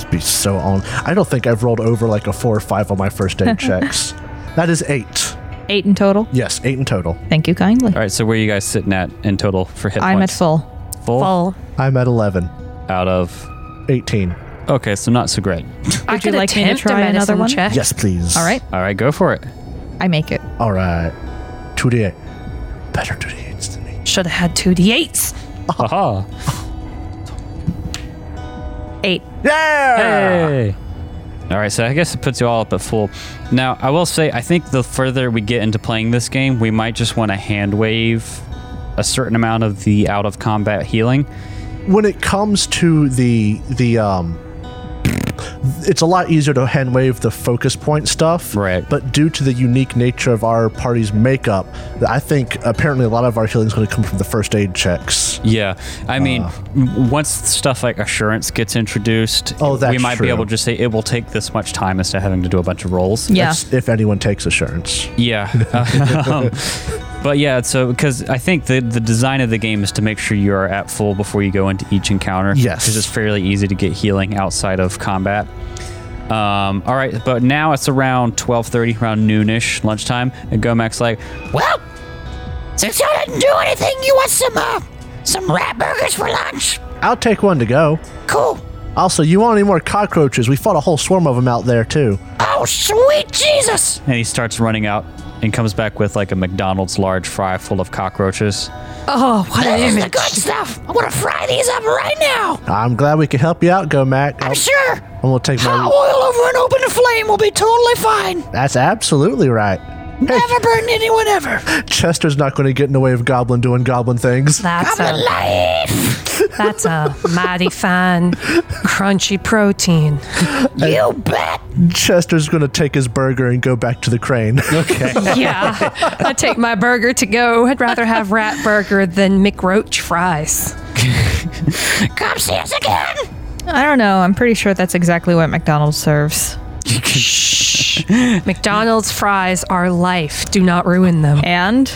S4: be so on. I don't think I've rolled over like a four or five on my first aid checks. That is eight.
S3: Eight in total.
S4: Yes, eight in total.
S3: Thank you kindly.
S2: All right. So where are you guys sitting at in total for hit
S3: I'm at
S2: points?
S3: full.
S2: full.
S6: Full.
S4: I'm at 11.
S2: Out of.
S4: 18.
S2: Okay, so not so great.
S6: I
S3: Would you
S6: could
S3: like me to
S6: attempt
S3: try
S6: a medicine
S3: another one?
S6: check.
S4: Yes, please.
S3: All right.
S2: All right, go for it.
S3: I make it.
S4: All right. 2d8. Better 2d8s than me.
S6: Should have had two d8s.
S2: Haha.
S6: Eight.
S4: Yeah!
S2: Hey. All right, so I guess it puts you all up at full. Now, I will say, I think the further we get into playing this game, we might just want to hand wave a certain amount of the out of combat healing.
S4: When it comes to the, the, um, it's a lot easier to hand wave the focus point stuff.
S2: Right.
S4: But due to the unique nature of our party's makeup, I think apparently a lot of our healing is going to come from the first aid checks.
S2: Yeah, I mean, w- once stuff like assurance gets introduced,
S4: Oh, that's
S2: we might
S4: true.
S2: be able to just say it will take this much time instead of having to do a bunch of rolls.
S3: Yeah.
S4: That's If anyone takes assurance.
S2: Yeah. Um, but yeah, so because I think the the design of the game is to make sure you are at full before you go into each encounter.
S4: Yes.
S2: because it's fairly easy to get healing outside of combat. Um, all right, but now it's around twelve thirty, around noonish, lunchtime, and Gomax like,
S5: Well, since y'all didn't do anything, you want some, uh, some rat burgers for lunch?
S4: I'll take one to go.
S5: Cool.
S4: Also, you want any more cockroaches? We fought a whole swarm of them out there too.
S5: Oh, sweet Jesus!
S2: and he starts running out and comes back with like a McDonald's large fry full of cockroaches.
S6: Oh, what an
S5: This is the
S6: image.
S5: good stuff. I want to fry these up right now.
S4: I'm glad we could help you out, Go Mac.
S5: I'm
S4: I'm,
S5: sure
S4: I'm gonna take
S5: hot
S4: my.
S5: oil over an open flame will be totally fine.
S4: That's absolutely right. Hey,
S5: Never burn anyone ever.
S4: Chester's not going to get in the way of Goblin doing Goblin things.
S6: That's
S5: I'm
S6: a,
S5: alive.
S6: that's a mighty fine, crunchy protein.
S5: You bet.
S4: Chester's going to take his burger and go back to the crane.
S6: Yeah, I take my burger to go. I'd rather have rat burger than McRoach fries.
S5: Come see us again.
S3: I don't know. I'm pretty sure that's exactly what McDonald's serves.
S6: McDonald's fries are life. Do not ruin them.
S3: And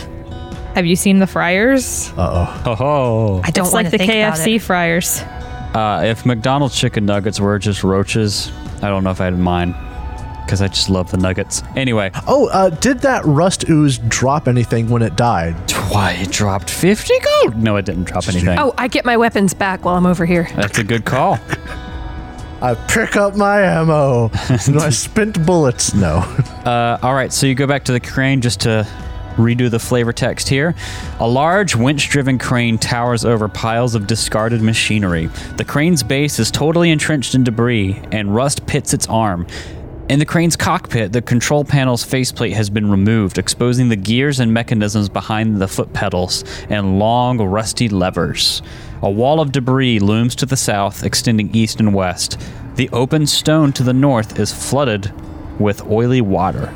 S3: have you seen the fryers?
S2: Ho ho!
S6: I don't
S3: it's
S6: wanna
S3: like the
S6: think about
S3: KFC
S6: it.
S3: fryers.
S2: Uh, if McDonald's chicken nuggets were just roaches, I don't know if I'd mind. because I just love the nuggets. Anyway,
S4: Oh, uh, did that rust ooze drop anything when it died?
S2: why it dropped 50 gold? No, it didn't drop anything.
S6: Oh, I get my weapons back while I'm over here.
S2: That's a good call.
S4: I pick up my ammo. Do I spent bullets? No.
S2: Uh, all right, so you go back to the crane just to redo the flavor text here. A large winch driven crane towers over piles of discarded machinery. The crane's base is totally entrenched in debris, and rust pits its arm. In the crane's cockpit, the control panel's faceplate has been removed, exposing the gears and mechanisms behind the foot pedals and long, rusty levers. A wall of debris looms to the south, extending east and west. The open stone to the north is flooded with oily water.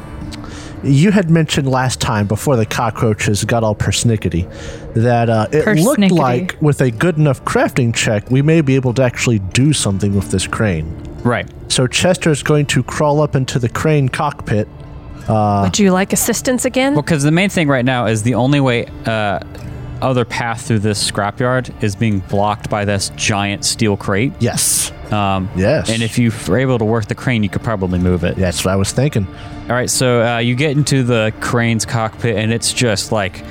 S4: You had mentioned last time before the cockroaches got all persnickety that uh, it looked
S3: Persnickety.
S4: like with a good enough crafting check, we may be able to actually do something with this crane.
S2: Right.
S4: So Chester is going to crawl up into the crane cockpit.
S6: Would you like assistance again?
S2: Because the main thing right now is the only way, uh, other path through this scrapyard is being blocked by this giant steel crate.
S4: Yes.
S2: Um,
S4: Yes.
S2: And if you were able to work the crane, you could probably move it.
S4: That's what I was thinking.
S2: All right. So uh, you get into the crane's cockpit, and it's just like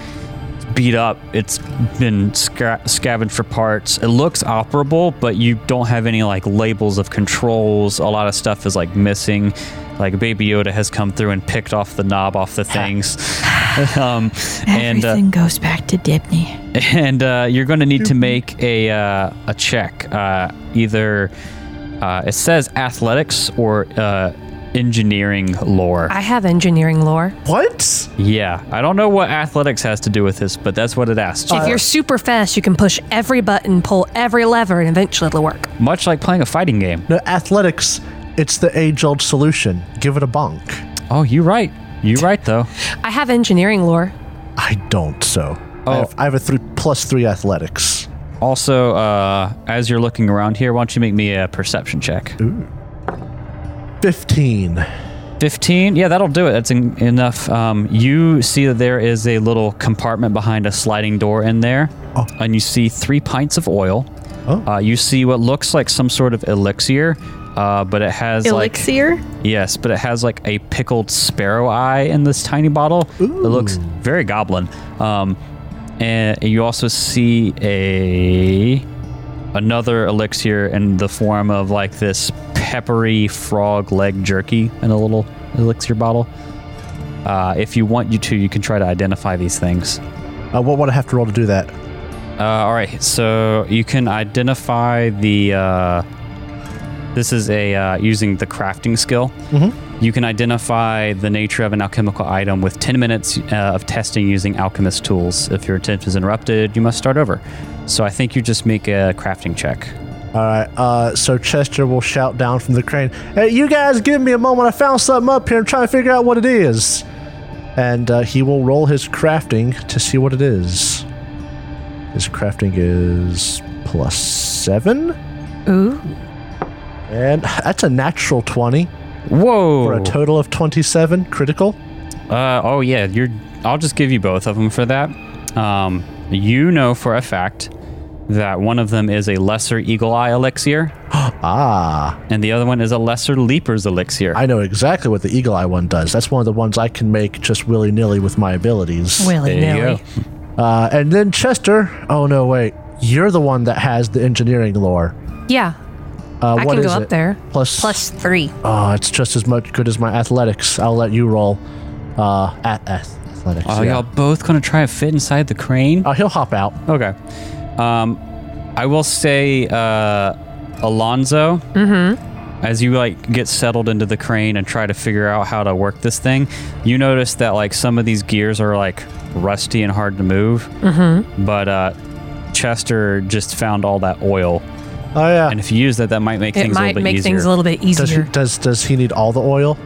S2: beat up. It's been sca- scavenged for parts. It looks operable, but you don't have any like labels of controls. A lot of stuff is like missing. Like Baby Yoda has come through and picked off the knob off the things. um, and uh,
S3: Everything goes back to Dibney.
S2: and uh, you're going to need to make a uh, a check. Uh, either uh, it says athletics or uh, engineering lore.
S6: I have engineering lore.
S4: What?
S2: yeah, I don't know what athletics has to do with this, but that's what it asks.
S6: if you're super fast, you can push every button, pull every lever, and eventually it'll work.
S2: Much like playing a fighting game.
S4: No, athletics, it's the age old solution. Give it a bonk.
S2: Oh, you're right. You're right though.
S6: I have engineering lore.
S4: I don't, so. I,
S2: Oh.
S4: have, I have a three, plus three athletics.
S2: Also, uh, as you're looking around here, why don't you make me a perception check?
S4: 15.
S2: 15 yeah that'll do it that's en- enough um, you see that there is a little compartment behind a sliding door in there and you see three pints of oil uh, you see what looks like some sort of elixir uh, but it has
S3: Elixir?
S2: like yes but it has like a pickled sparrow eye in this tiny bottle it looks very goblin um, and you also see a another elixir in the form of like this peppery frog leg jerky in a little elixir bottle. Uh, if you want you to, you can try to identify these things.
S4: Uh, what would I have to roll to do that?
S2: Uh, all right, so you can identify the. Uh, this is a uh, using the crafting skill.
S4: Mm-hmm.
S2: You can identify the nature of an alchemical item with 10 minutes uh, of testing using alchemist tools. If your attempt is interrupted, you must start over. So I think you just make a crafting check.
S4: All right. Uh, so Chester will shout down from the crane, "Hey, you guys, give me a moment. I found something up here. I'm trying to figure out what it is." And uh, he will roll his crafting to see what it is. His crafting is plus seven,
S6: Ooh.
S4: and that's a natural twenty
S2: Whoa!
S4: for a total of twenty-seven critical.
S2: Uh, oh yeah, you're. I'll just give you both of them for that. Um, you know for a fact that one of them is a lesser eagle eye elixir,
S4: Ah,
S2: and the other one is a lesser leaper's elixir.
S4: I know exactly what the eagle eye one does. That's one of the ones I can make just willy nilly with my abilities.
S6: Willy nilly.
S4: Uh, and then Chester. Oh no, wait. You're the one that has the engineering lore.
S6: Yeah.
S4: Uh,
S6: I
S4: what is
S6: can go up
S4: it?
S6: there.
S4: Plus,
S6: Plus three.
S4: Oh, it's just as much good as my athletics. I'll let you roll. Uh, at, ath- athletics.
S2: Oh,
S4: yeah.
S2: y'all both gonna try to fit inside the crane?
S4: Uh, he'll hop out.
S2: Okay. Um, I will say, uh, Alonzo. Mm-hmm. As you like get settled into the crane and try to figure out how to work this thing, you notice that like some of these gears are like rusty and hard to move. Mm-hmm. But uh, Chester just found all that oil,
S4: Oh yeah.
S2: and if you use that, that might make
S6: It
S2: things a
S6: might
S2: little bit
S6: make
S2: easier.
S6: things a little bit
S4: does he
S6: easier.
S4: does does he need all the oil?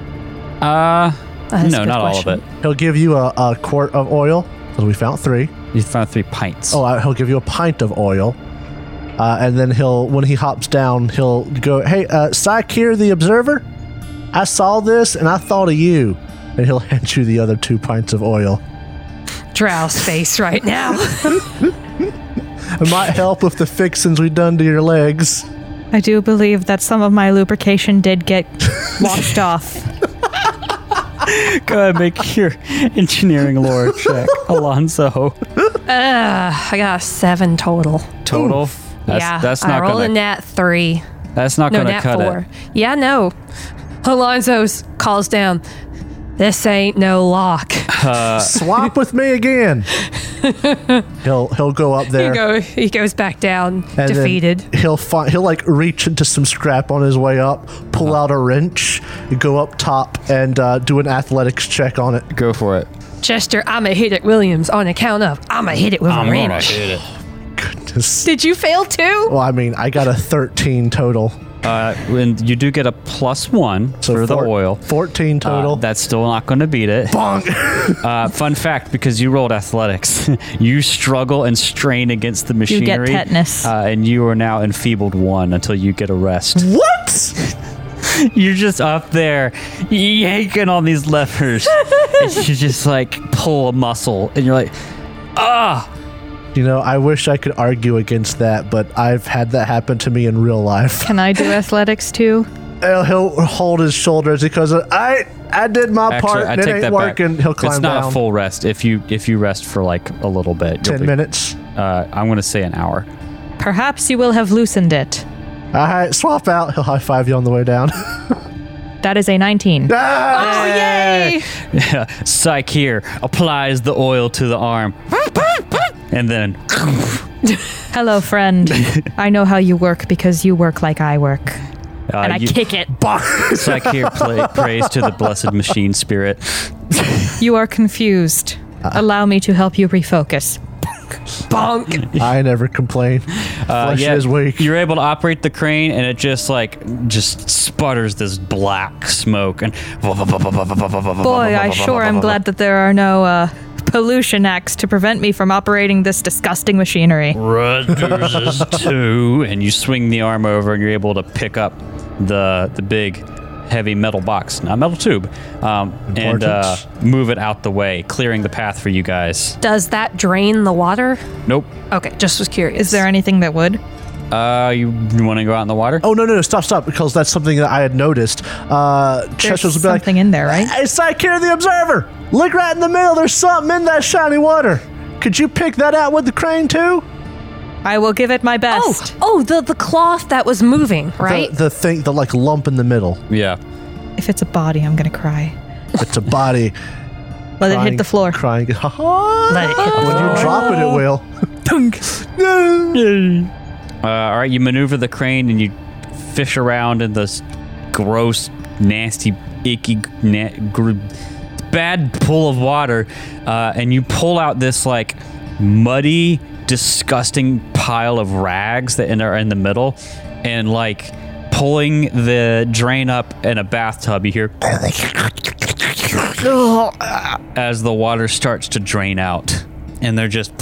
S2: uh,
S6: That's a
S2: no,
S6: good
S2: not all of
S6: question.
S2: it.
S4: He'll give you a, a quart of oil because we found three.
S2: You found three pints.
S4: Oh, uh, he'll give you a pint of oil. Uh, and then he'll, when he hops down, he'll go, "Hey, uh, Psycheer the Observer, I saw this and I thought of you." And he'll hand you the other two pints of oil.
S6: Drow's face right now.
S4: It might help with the fixins we done to your legs.
S3: I do believe that some of my lubrication did get washed off.
S2: Go ahead, make your engineering lore check, Alonso.
S6: I got a seven total.
S2: Total. That's,
S6: yeah,
S2: that's
S6: I
S2: not
S6: rolled a
S2: gonna.
S6: nat three.
S2: that's not
S6: No,
S2: gonna
S6: nat
S2: cut
S6: four.
S2: it.
S6: Yeah, no. Alonzo's calls down. This ain't no lock.
S4: Swap with me again. he'll he'll go up
S6: He,
S4: there.
S6: go, he goes back
S4: and
S6: down,
S4: then
S6: defeated.
S4: He'll find he'll like reach into some scrap on his way up, pull out a wrench, go up top, and uh, do an athletics check on it.
S2: Go for it.
S6: Chester, I'ma hit it Williams on account of I'ma hit it with a wrench.
S2: hit it.
S4: Goodness.
S6: Did you fail too?
S4: Well, I mean, I got a thirteen total.
S2: Uh, and you do get a plus one
S4: So
S2: for the
S4: four-
S2: oil.
S4: Fourteen
S2: Uh,
S4: total.
S2: that's still not going to beat it. Uh, fun fact: because you rolled athletics, you struggle and strain against the
S3: You
S2: machinery.
S3: get tetanus.
S2: uh, and you are now enfeebled one until you get a rest.
S4: what?
S2: You're just up there yanking on these levers, and you just like pull a muscle, and you're like,
S4: You know, I wish I could argue against that, but I've had that happen to me in real life.
S3: Can I do athletics too?
S4: He'll, he'll hold his shoulders because I I did my
S2: actually,
S4: part.
S2: I
S4: and it
S2: take
S4: ain't
S2: that
S4: working.
S2: back.
S4: He'll climb
S2: it's not
S4: down.
S2: a full rest if you if you rest for like a little bit. you'll
S4: Ten
S2: be-
S4: minutes.
S2: Uh, I'm going to say an hour.
S3: Perhaps you will have loosened it.
S4: All right, swap out. He'll high five you on the way down.
S3: That is a 19.
S4: Ah!
S2: Yay! Psych here applies the oil to the arm. And then
S3: Hello, friend. I know how you work because you work like I work.
S2: uh,
S3: And I
S2: you-
S3: kick it.
S2: Psych here play, prays to the blessed machine spirit.
S3: You are confused. Allow me to help you refocus.
S4: I never complain.
S2: Uh,
S4: Flesh is weak.
S2: You're able to operate the crane, and it just like just sputters this black smoke. And
S3: Boy, I sure am glad that there are no uh, pollution acts to prevent me from operating this disgusting machinery.
S2: Rudders is two, and you swing the arm over, and you're able to pick up the the big heavy metal box, not metal tube, um, and uh,
S4: Important.
S2: move it out the way, clearing the path for you guys.
S6: Does that drain the water?
S2: Nope.
S6: Okay, just was curious.
S3: Is there anything that would?
S2: Uh, you want to go out in the water?
S4: Oh no no no! Stop stop! Because that's something that I had noticed. Uh, Chester's would be like, "Ah!"
S3: something in there, right?
S4: "Hey, Psyche, here, the observer! Look right in the middle. There's something in that shiny water. Could you pick that out with the crane too?
S3: I will give it my best.
S6: Oh, oh, the the cloth that was moving, right?
S4: The, the thing, the like lump in the middle.
S2: Yeah.
S3: If it's a body, I'm going to cry.
S4: It's a body.
S3: Let it
S4: crying-
S3: hit the floor.
S4: Crying.
S6: Let it hit the
S4: when you drop it, it will.
S2: Uh, all right, you maneuver the crane and you fish around in this gross, nasty, icky, na- gr- bad pool of water, uh, and you pull out this like muddy, disgusting pile of rags that in- are in the middle, and like pulling the drain up in a bathtub. You hear as the water starts to drain out, and they're just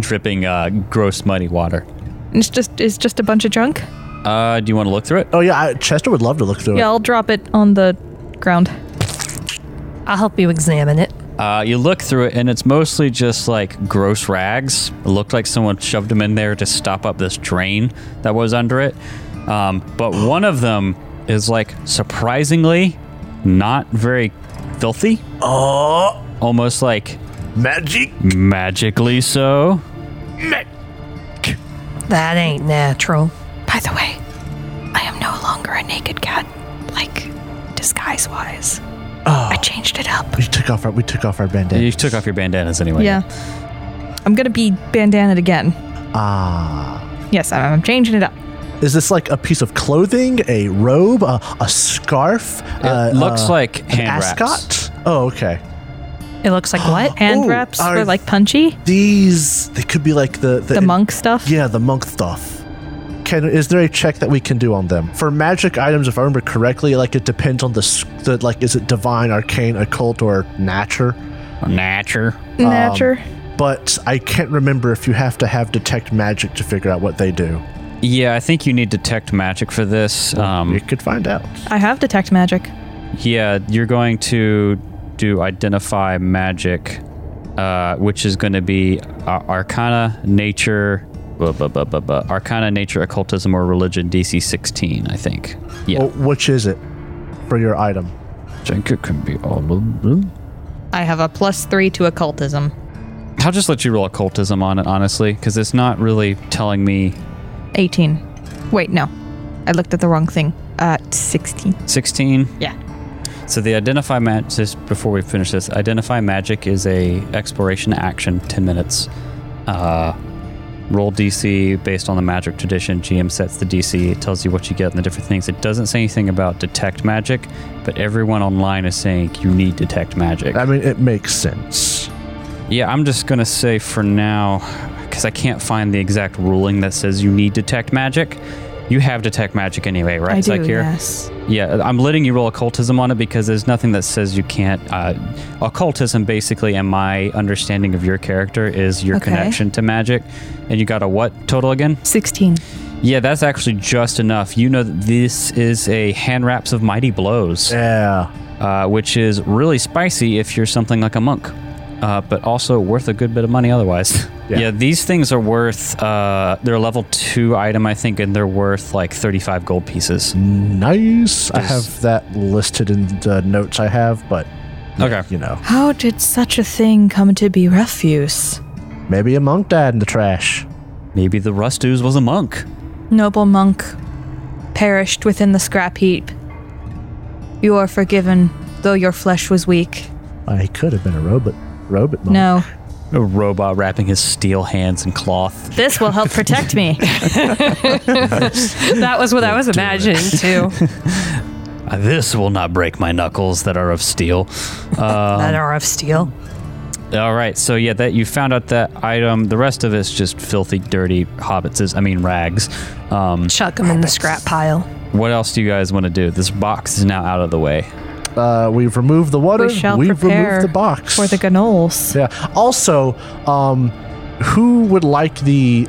S2: dripping uh, gross, muddy water.
S3: It's just it's just a bunch of junk.
S2: Uh, do you want to look through it?
S4: Oh yeah, I, Chester would love to look through
S3: Yeah, I'll drop it on the ground.
S6: I'll help you examine it.
S2: Uh, you look through it, and it's mostly just like gross rags. It looked like someone shoved them in there to stop up this drain that was under it. Um, but one of them is like surprisingly not very filthy. Oh, almost like
S4: it. Magic.
S2: magically so.
S6: That ain't natural.
S3: By the way, I am no longer a naked cat, like disguise wise.
S4: Ah.
S3: I changed it up.
S4: We took off our we took off our bandana.
S2: You took off your bandanas anyway.
S3: Yeah. I'm gonna be bandanaed again.
S4: Ah.
S3: Yes, I'm, I'm changing it up.
S4: Is this like a piece of clothing, a robe, a, a scarf? uh,
S2: It looks like hand
S4: ascot.
S2: wraps.
S4: Oh, okay.
S6: It looks like what?
S3: Hand
S4: Ooh,
S3: wraps
S4: are-
S3: for like punchy,
S4: These they could be like the the,
S3: the monk stuff.
S4: Yeah, the monk stuff. Can is there a check that we can do on them for magic items? If I remember correctly, like it depends on the, s- the like is it divine, arcane, occult, or nature.
S2: Nature.
S3: Nature.
S4: Um. But I can't remember if you have to have detect magic to figure out what they do.
S2: Yeah, I think you need detect magic for this. Um,
S4: You could find out.
S3: I have detect magic.
S2: Yeah, you're going to do identify magic, uh, which is going to be uh, Arcana, Nature, blah, blah, blah, blah, blah. Arcana, Nature, Occultism, or Religion, DC 16, I think. Yeah.
S4: Well, which is it for your item?
S7: think it can be all of them.
S3: I have a plus three to occultism.
S2: I'll just let you roll occultism on it, honestly, because it's not really telling me
S3: 18. Wait, no. I looked at the wrong thing. Uh, 16.
S2: 16.
S3: Yeah.
S2: So the identify magic, just before we finish this, identify magic is a exploration action, 10 minutes. Uh, roll DC based on the magic tradition. GM sets the DC. It tells you what you get and the different things. It doesn't say anything about detect magic, but everyone online is saying you need detect magic.
S4: I mean, it makes sense.
S2: Yeah, I'm just gonna say for now, because I can't find the exact ruling that says you need detect magic. You have detect magic anyway, right?
S3: I do,
S2: Zakir?
S3: yes.
S2: Yeah, I'm letting you roll occultism on it because there's nothing that says you can't. Uh, occultism, basically, and my understanding of your character is your
S3: Okay.
S2: connection to magic. And you got a what total again?
S3: 16.
S2: Yeah, that's actually just enough. You know that this is a hand wraps of mighty blows
S4: Yeah.
S2: uh, which is really spicy if you're something like a monk, uh, but also worth a good bit of money otherwise. Yeah, these things are worth, uh, they're a level two item, I think, and they're worth like 35 gold pieces.
S4: Mm, Nice. I have that listed in the notes I have, but
S2: Okay.
S4: you know,
S3: How did such a thing come to be refuse?
S4: maybe a monk died in the trash.
S2: Maybe the Rust Ooze was a monk.
S3: Noble monk perished within the scrap heap. You are forgiven, though your flesh was weak.
S4: I could have been a robot. Robot monk.
S3: No,
S2: A robot wrapping his steel hands in cloth.
S3: this will help protect me.
S6: That was what I was imagining too.
S2: Uh, This will not break my knuckles that are of steel.
S6: that are of steel.
S2: All right, so yeah, that you found out that item. The rest of it's just filthy, dirty hobbitses. I mean, rags. Um,
S6: Chuck them in the scrap pile.
S2: what else do you guys want to do? This box is now out of the way.
S4: Uh, we've removed the water.
S3: We shall
S4: have
S3: prepare
S4: removed the box.
S3: for the gnolls.
S4: yeah. Also, um, who would like the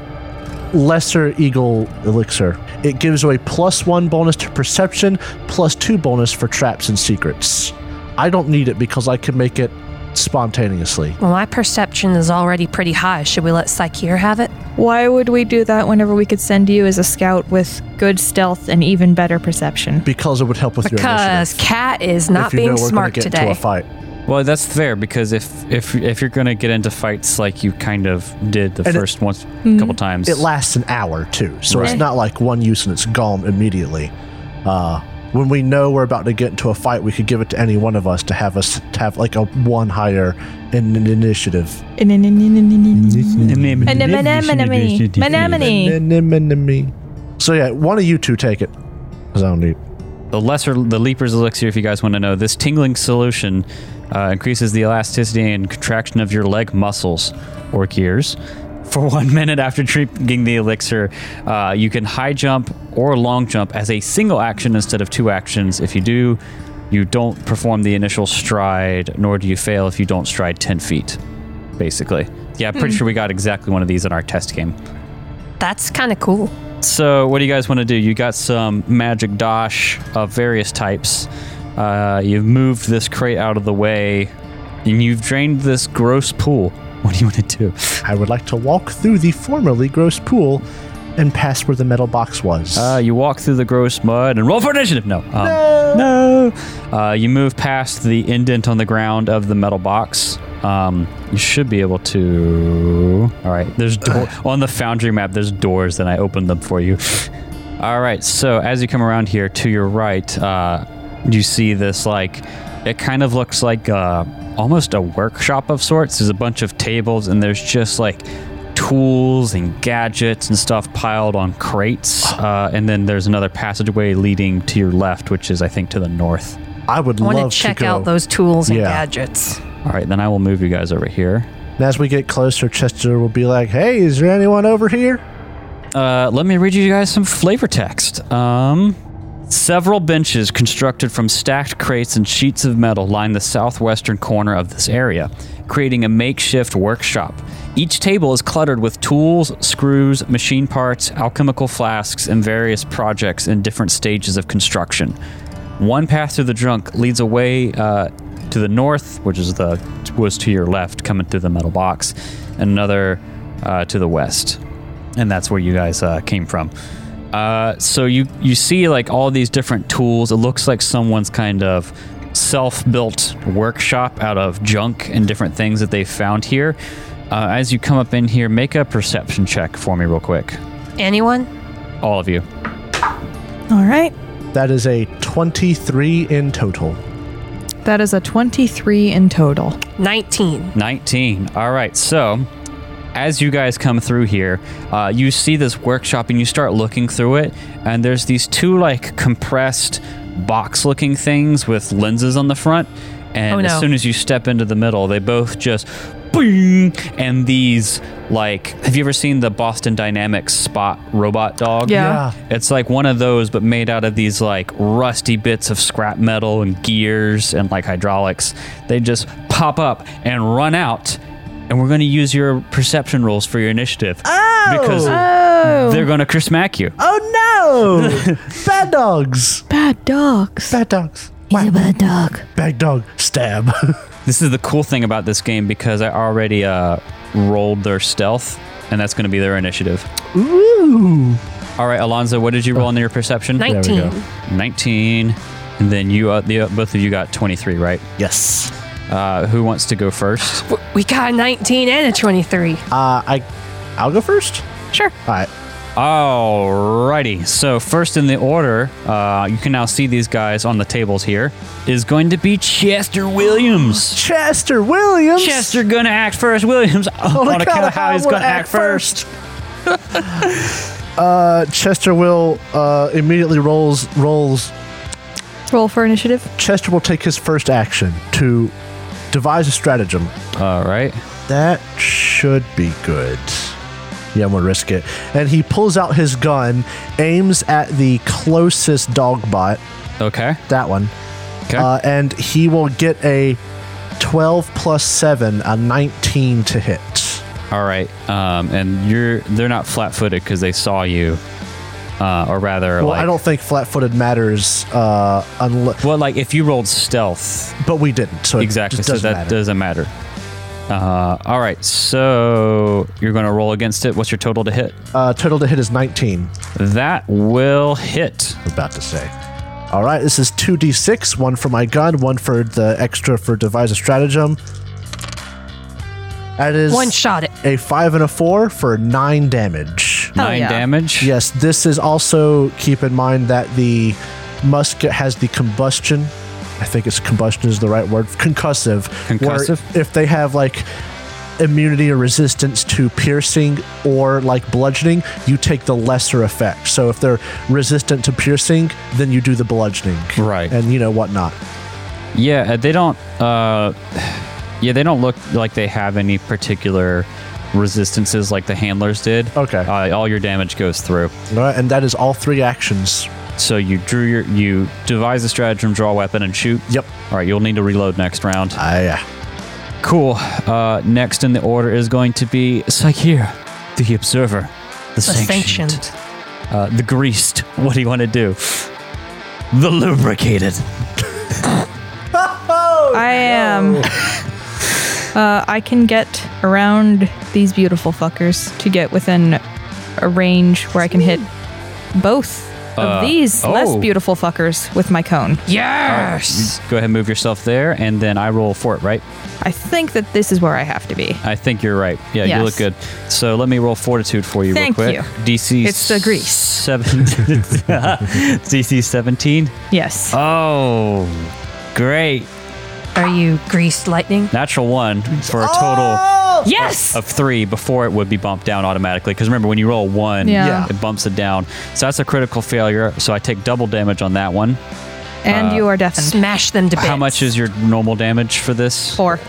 S4: lesser eagle elixir? It gives away plus one bonus to perception, plus two bonus for traps and secrets. I don't need it because I can make it spontaneously.
S6: Well, my perception is already pretty high. Should we let Psycheer have it?
S3: Why would we do that whenever we could send you as a scout with good stealth and even better perception?
S4: Because it would help with your
S6: Because
S4: initiative.
S6: Cat is
S4: if
S6: not
S4: you know
S6: being
S4: we're gonna
S6: smart
S4: get
S6: today.
S4: into a fight.
S2: Well, that's fair because if if if you're gonna get into fights like you kind of did the
S4: And it- Mm-hmm.
S2: first once, couple times,
S4: it lasts an hour too, so
S2: Right.
S4: it's not like one use and it's gone immediately. Uh, when we know we're about to get into a fight, we could give it to any one of us to have us to have like a one higher in an initiative.
S3: Anemone, anemone.
S4: So yeah, one of you two take it because I don't need.
S2: the lesser the leaper's elixir. If you guys want to know, this tingling solution uh, increases the elasticity and contraction of your leg muscles or gears. For one minute after drinking the elixir, uh, you can high jump or long jump as a single action instead of two actions. If you do, you don't perform the initial stride, nor do you fail if you don't stride ten feet. Basically, yeah, I'm pretty sure we got exactly one of these in our test game.
S6: That's kind of cool.
S2: So, what do you guys want to do? You got some magic dosh of various types. Uh, you've moved this crate out of the way, and you've drained this gross pool. What do you want to do?
S4: I would like to walk through the formerly gross pool and pass where the metal box was.
S2: Uh, you walk through the gross mud and roll for initiative. No. Um, no. Uh, you move past the indent on the ground of the metal box. Um, you should be able to. All right. There's door on the foundry map. There's doors, and I opened them for you. All right. So as you come around here to your right, uh, you see this like it kind of looks like uh, almost a workshop of sorts. There's a bunch of tables, and there's just like tools and gadgets and stuff piled on crates. Uh, and then there's another passageway leading to your left, which is, I think, to the north.
S4: I would
S6: I
S4: love
S6: want to check
S4: go.
S6: out those tools and
S4: Yeah.
S6: gadgets.
S2: All right, then I will move you guys over here.
S4: And as we get closer, Chester will be like, "Hey, is there anyone over here?"
S2: Uh, let me read you guys some flavor text. Um, several benches constructed from stacked crates and sheets of metal line the southwestern corner of this area, creating a makeshift workshop. Each table is cluttered with tools, screws, machine parts, alchemical flasks, and various projects in different stages of construction. One path through the junk leads away uh, to the north, which is the was to your left, coming through the metal box, and another uh, to the west and that's where you guys uh, came from. Uh, so you you see like all these different tools. It looks like someone's kind of self built workshop out of junk and different things that they found here. Uh, as you come up in here, make a perception check for me, real quick.
S6: Anyone?
S2: All of you.
S3: All right.
S4: That is a 23 in total.
S3: That is a 23 in total.
S6: 19.
S2: 19. All right. So, as you guys come through here, uh, you see this workshop and you start looking through it, and there's these two like compressed box looking things with lenses on the front. And
S6: Oh,
S2: as
S6: no.
S2: soon as you step into the middle, they both just boing. And these, like, have you ever seen the Boston Dynamics spot robot dog?
S3: Yeah.
S2: It's like one of those, but made out of these like rusty bits of scrap metal and gears and like hydraulics. They just pop up and run out. And we're going to use your perception rolls for your initiative. Oh! Because they're going to Chris Mack you.
S4: Oh no! bad dogs!
S3: Bad dogs.
S4: Bad dogs. Wow.
S6: Bad dog.
S4: Bad dog. Stab.
S2: This is the cool thing about this game because I already uh, rolled their stealth, and that's going to be their initiative.
S4: Ooh.
S2: All right, Alonzo, what did you roll on your perception?
S6: 19.
S2: 19. And then you, uh, the, both of you got 23, right?
S4: Yes.
S2: Uh, who wants to go first?
S6: W- We got a 19 and a 23.
S4: Uh, I, I'll go first.
S6: Sure.
S4: All right.
S2: Alrighty. So first in the order, uh, you can now see these guys on the tables here. Is going to be Chester Williams.
S4: Chester Williams.
S2: Chester gonna act first. Williams on,
S4: on
S2: account of how he's gonna
S4: gonna
S2: act first.
S4: uh, Chester will uh, immediately rolls rolls.
S3: Roll for initiative.
S4: Chester will take his first action to devise a stratagem.
S2: All right.
S4: That should be good. Yeah, I'm gonna risk it. And he pulls out his gun, aims at the closest dog bot,
S2: Okay.
S4: that one,
S2: Okay.
S4: uh, and he will get a 12 plus 7, a 19 to hit.
S2: All right. Um, and you're they're not flat-footed because they saw you, uh, or rather,
S4: Well,
S2: like
S4: I don't think flat footed matters, uh, unle-
S2: well, like if you rolled stealth,
S4: but we didn't. So it
S2: exactly.
S4: just
S2: So
S4: doesn't
S2: that
S4: matter.
S2: doesn't matter. Uh, all right. So you're gonna roll against it. What's your total to hit?
S4: Uh, total to hit is 19.
S2: That will hit.
S4: was about to say. All right, this is 2d6, one for my gun, one for the extra for devise a stratagem. That is
S6: One shot it.
S4: a 5 and a 4 for 9 damage.
S3: Hell
S2: Nine
S3: yeah.
S2: damage.
S4: Yes, this is also keep in mind that the musket has the combustion. I think it's combustion is the right word. Concussive. where
S2: Concussive?
S4: if they have like immunity or resistance to piercing or like bludgeoning, you take the lesser effect. So if they're resistant to piercing, then you do the bludgeoning.
S2: Right.
S4: And you know whatnot.
S2: Yeah, uh, they don't. Uh, yeah, they don't look like they have any particular resistances like the handlers did.
S4: Okay.
S2: Uh, all your damage goes through.
S4: All right, and that is all three actions.
S2: So you drew your, you devise a stratagem, draw a weapon, and shoot.
S4: Yep.
S2: All right, you'll need to reload next round.
S4: I, uh,
S2: Ah, Cool. Uh, next in the order is going to be Psycheer, the Observer, the,
S6: The
S2: Sanctioned,
S6: sanctioned.
S2: Uh, the Greased. What do you want to do? The Lubricated.
S3: I am. uh, I can get around these beautiful fuckers to get within a range where I can hit both
S2: Uh,
S3: of these less
S2: oh.
S3: beautiful fuckers with my cone.
S6: Yes.
S2: Go ahead and move yourself there, and then I roll for it, right?
S3: I think that this is where I have to be.
S2: I think you're right. Yeah, you
S3: Yes.
S2: look good. So let me roll fortitude for you
S3: Thank
S2: real
S3: you.
S2: quick. DC
S3: It's the grease.
S2: Seven, DC 17. Uh,
S3: Yes.
S2: Oh, great.
S6: Are you greased lightning?
S2: Natural one for a total
S6: Oh!
S4: Oh.
S6: Yes.
S2: of three before it would be bumped down automatically. Because remember, when you roll one,
S3: Yeah.
S4: Yeah.
S2: it bumps it down. So that's a critical failure. So I take double damage on that one.
S3: and you are
S2: uh,
S3: deafened.
S6: Smash them to bits.
S2: How much is your normal damage for this?
S3: Four.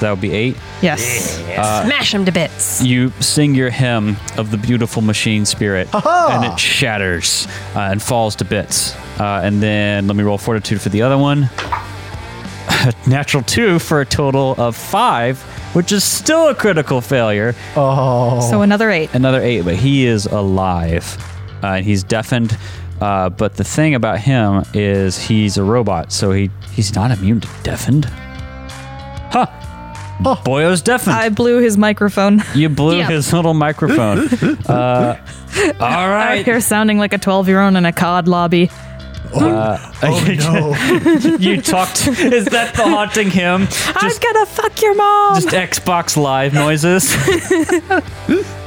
S2: That would be eight.
S3: Yes.
S4: Uh,
S6: Smash them to bits.
S2: You sing your hymn of the beautiful machine spirit, and it shatters uh, and falls to bits. Uh, and then let me roll fortitude for the other one. Natural two for a total of five, which is still a critical failure.
S3: So another eight.
S2: Another eight, but he is alive. Uh, and he's deafened. Uh, but the thing about him is he's a robot, so he, he's not immune to deafened. Huh. Boyo's deafened.
S3: I blew his microphone
S2: You blew
S6: Yeah.
S2: his little microphone. uh, all
S3: out
S2: right.
S3: here sounding like a 12 year old in a COD lobby.
S4: Oh,
S2: you talked. Is that the haunting him? Just,
S3: I'm gonna fuck your mom.
S2: just Xbox Live noises.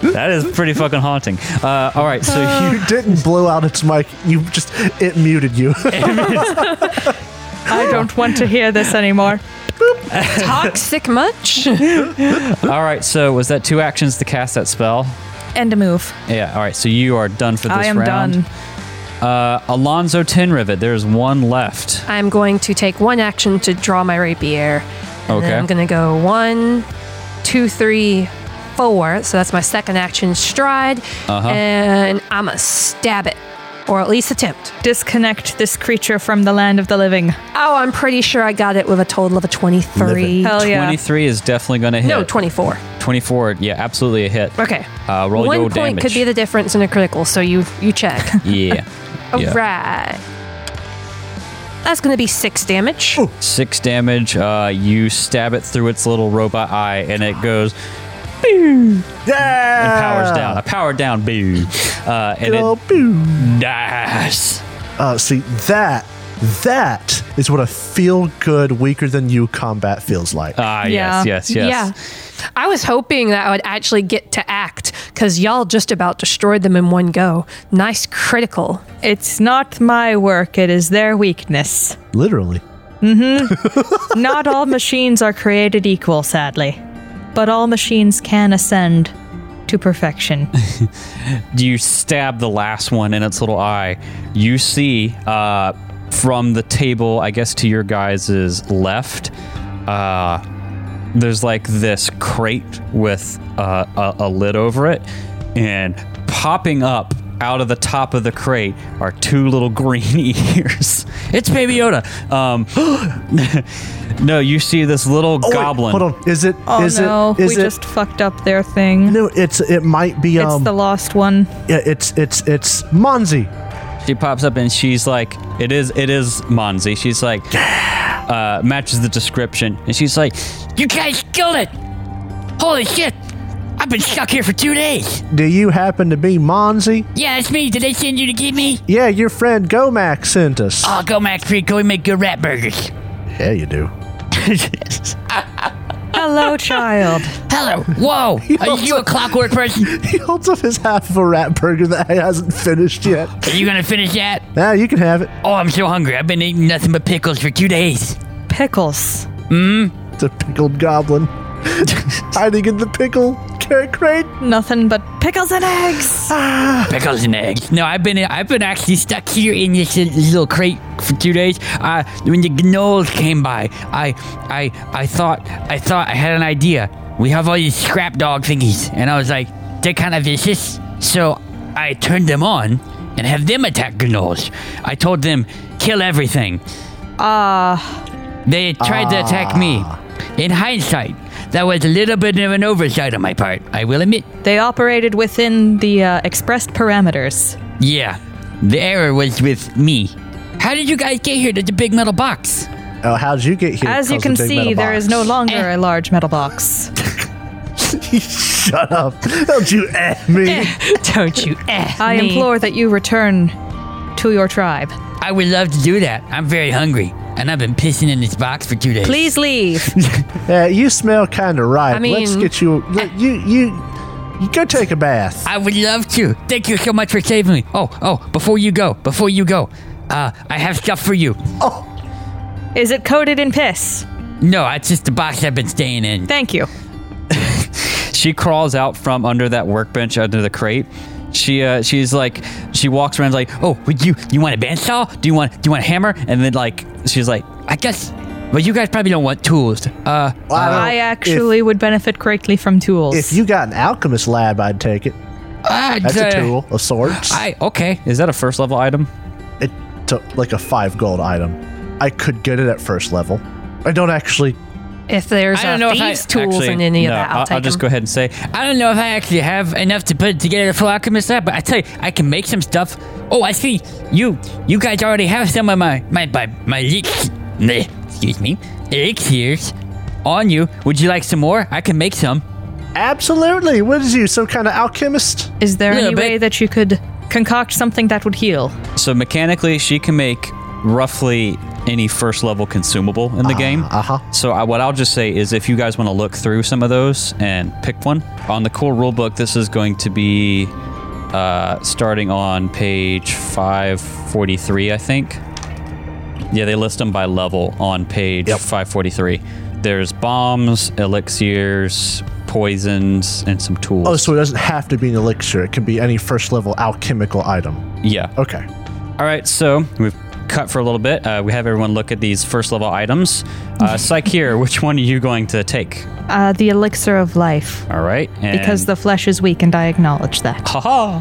S2: that is pretty fucking haunting. Uh, all right, so
S4: no.
S2: you
S4: you didn't blow out its mic. You just, it muted you.
S3: I don't want to hear this anymore.
S6: Toxic much?
S2: all right? So was that two actions to cast that spell?
S3: And a move.
S2: Yeah. All right. So you are done for this
S3: I am
S2: round.
S3: done.
S2: Uh, Alonzo Tinrivet. There's one left.
S6: I'm going to take one action to draw my rapier. And
S2: Okay.
S6: Then I'm going to go one, two, three, four. So that's my second action stride.
S2: Uh-huh.
S6: And I'm going to stab it, or at least attempt.
S3: Disconnect this creature from the land of the living.
S6: Oh, I'm pretty sure I got it with a total of a 23.
S3: Hell yeah.
S2: 23 is definitely going to hit.
S6: No, 24.
S2: 24. Yeah, absolutely a hit.
S6: Okay.
S2: Uh, roll
S6: one
S2: your
S6: point
S2: damage.
S6: could be the difference in a critical, so you you check.
S2: yeah.
S6: All
S2: Yeah.
S6: right. That's going to be six damage.
S2: Six damage. Uh, you stab it through its little robot eye, and it goes
S4: yeah.
S3: Ah.
S2: powers down. A power down. Boo. Uh, and
S4: Oh,
S2: it
S4: boom.
S2: dies.
S4: Uh, see that that is what a feel good weaker than you combat feels like.
S2: Ah,
S3: Yeah.
S2: yes, yes, yes.
S6: Yeah. I was hoping that I would actually get to act because y'all just about destroyed them in one go. Nice critical.
S3: It's not my work, it is their weakness.
S4: Literally.
S3: Not all machines are created equal, sadly. But all machines can ascend to perfection.
S2: you stab the last one in its little eye. You see uh, from the table, I guess, to your guys' left, uh, there's like this crate with uh, a, a lid over it, and popping up out of the top of the crate are two little green ears. It's Baby Yoda. Um, no, you see this little
S4: Oh, wait,
S2: goblin.
S4: hold on. Is it?
S3: Oh
S4: is
S3: no,
S4: it? Is
S3: we
S4: it?
S3: just fucked up their thing.
S4: no, it's it might be
S3: it's
S4: um.
S3: the lost one.
S4: yeah, it's it's it's Monzi.
S2: She pops up and she's like, "It is, it is Monzi." She's like, uh, matches the description, and she's like,
S5: You guys killed it! Holy shit! I've been stuck here for two days.
S4: Do you happen to be Monzi?
S5: Yeah, it's me. Did they send you to get me?
S4: Yeah, your friend Gomax sent us.
S5: Oh, go Mac Free. Go and make good rat burgers.
S4: yeah, you do.
S3: Hello, child.
S5: Hello. Whoa. Are you a clockwork person?
S4: He holds up his half of a rat burger that he hasn't finished yet.
S5: Are you gonna finish that?
S4: Now you can have it.
S5: Oh, I'm so hungry. I've been eating nothing but pickles for two days.
S3: Pickles.
S4: It's a pickled goblin hiding in the pickle carrot crate.
S3: Nothing but pickles and eggs.
S5: Pickles and eggs. No, I've been I've been actually stuck here in this little crate for two days. Uh, when the gnolls came by, I I I thought I thought I had an idea. We have all these scrap dog thingies, and I was like, they're kind of vicious, so I turned them on and have them attack gnolls. I told them kill everything.
S3: Ah,
S5: They tried to attack me. In hindsight, that was a little bit of an oversight on my part. I will admit.
S3: they operated within the uh, expressed parameters.
S5: Yeah, the error was with me. How did you guys get here to the big metal box?
S4: Oh, how'd you get here?
S3: As you
S4: cousin
S3: can
S4: Big
S3: see,
S4: Metal
S3: there
S4: Box? Eh.
S3: is no longer a large metal box.
S4: Shut up! Don't you eh me.
S5: Don't you? Eh.
S3: I
S6: Me.
S3: implore that you return to your tribe.
S5: I would love to do that. I'm very hungry, and I've been pissing in this box for two days.
S3: Please leave.
S4: Yeah, you smell kind of right.
S6: I mean-
S4: Let's get you. Let, you you you go take a bath.
S5: I would love to. Thank you so much for saving me. Oh, oh, before you go, before you go, uh, I have stuff for you.
S3: Is it coated in piss?
S5: No, it's just the box I've been staying in.
S3: Thank you.
S2: she crawls out from under that workbench under the crate. She uh, she's like she walks around like, "Oh, would you
S5: You want a bandsaw? Do you want do you want a hammer?
S2: And then like she's like,
S5: I guess. Well, you guys probably don't want tools. Uh,
S4: I, don't-
S3: I actually would benefit greatly from tools.
S4: If, if you got an alchemist lab, I'd take it.
S5: I'd,
S4: That's
S5: uh,
S4: a tool of sorts.
S5: I okay.
S2: "Is that a first level item?"
S4: it took like a five gold item. I could get it at first level. I don't actually.
S6: If there's
S5: I don't
S6: uh,
S5: know if I-
S6: thieves' tools
S2: Actually,
S6: in any
S2: no,
S6: of that, I'll,
S2: I'll,
S6: take
S2: I'll just
S6: them.
S2: go ahead and say,
S5: I don't know if I actually have enough to put it together for Alchemist Lab, but I tell you, I can make some stuff. Oh, I see. You you guys already have some of my my my, my leaks. bleh, Excuse me, elixirs on you. Would you like some more? I can make some.
S4: Absolutely. What is you? Some kind of alchemist?
S3: Is there
S5: Yeah,
S3: any
S5: but-
S3: way that you could concoct something that would heal.
S2: So mechanically, she can make roughly any first level consumable in the game. Uh huh. So I, what I'll just say is, if you guys want to look through some of those and pick one on the core rulebook, this is going to be uh, starting on page five forty three, I think. Yeah, they list them by level on page 543. There's bombs, elixirs, poisons, and some tools.
S4: Oh, so it doesn't have to be an elixir. It can be any first level alchemical item.
S2: yeah.
S4: Okay.
S2: All right, so we've cut for a little bit. Uh, we have everyone look at these first level items. Uh, Psycheer, which one are you going to take?
S3: Uh, the elixir of life.
S2: All right, and
S3: Because the flesh is weak, and I acknowledge that.
S2: haha,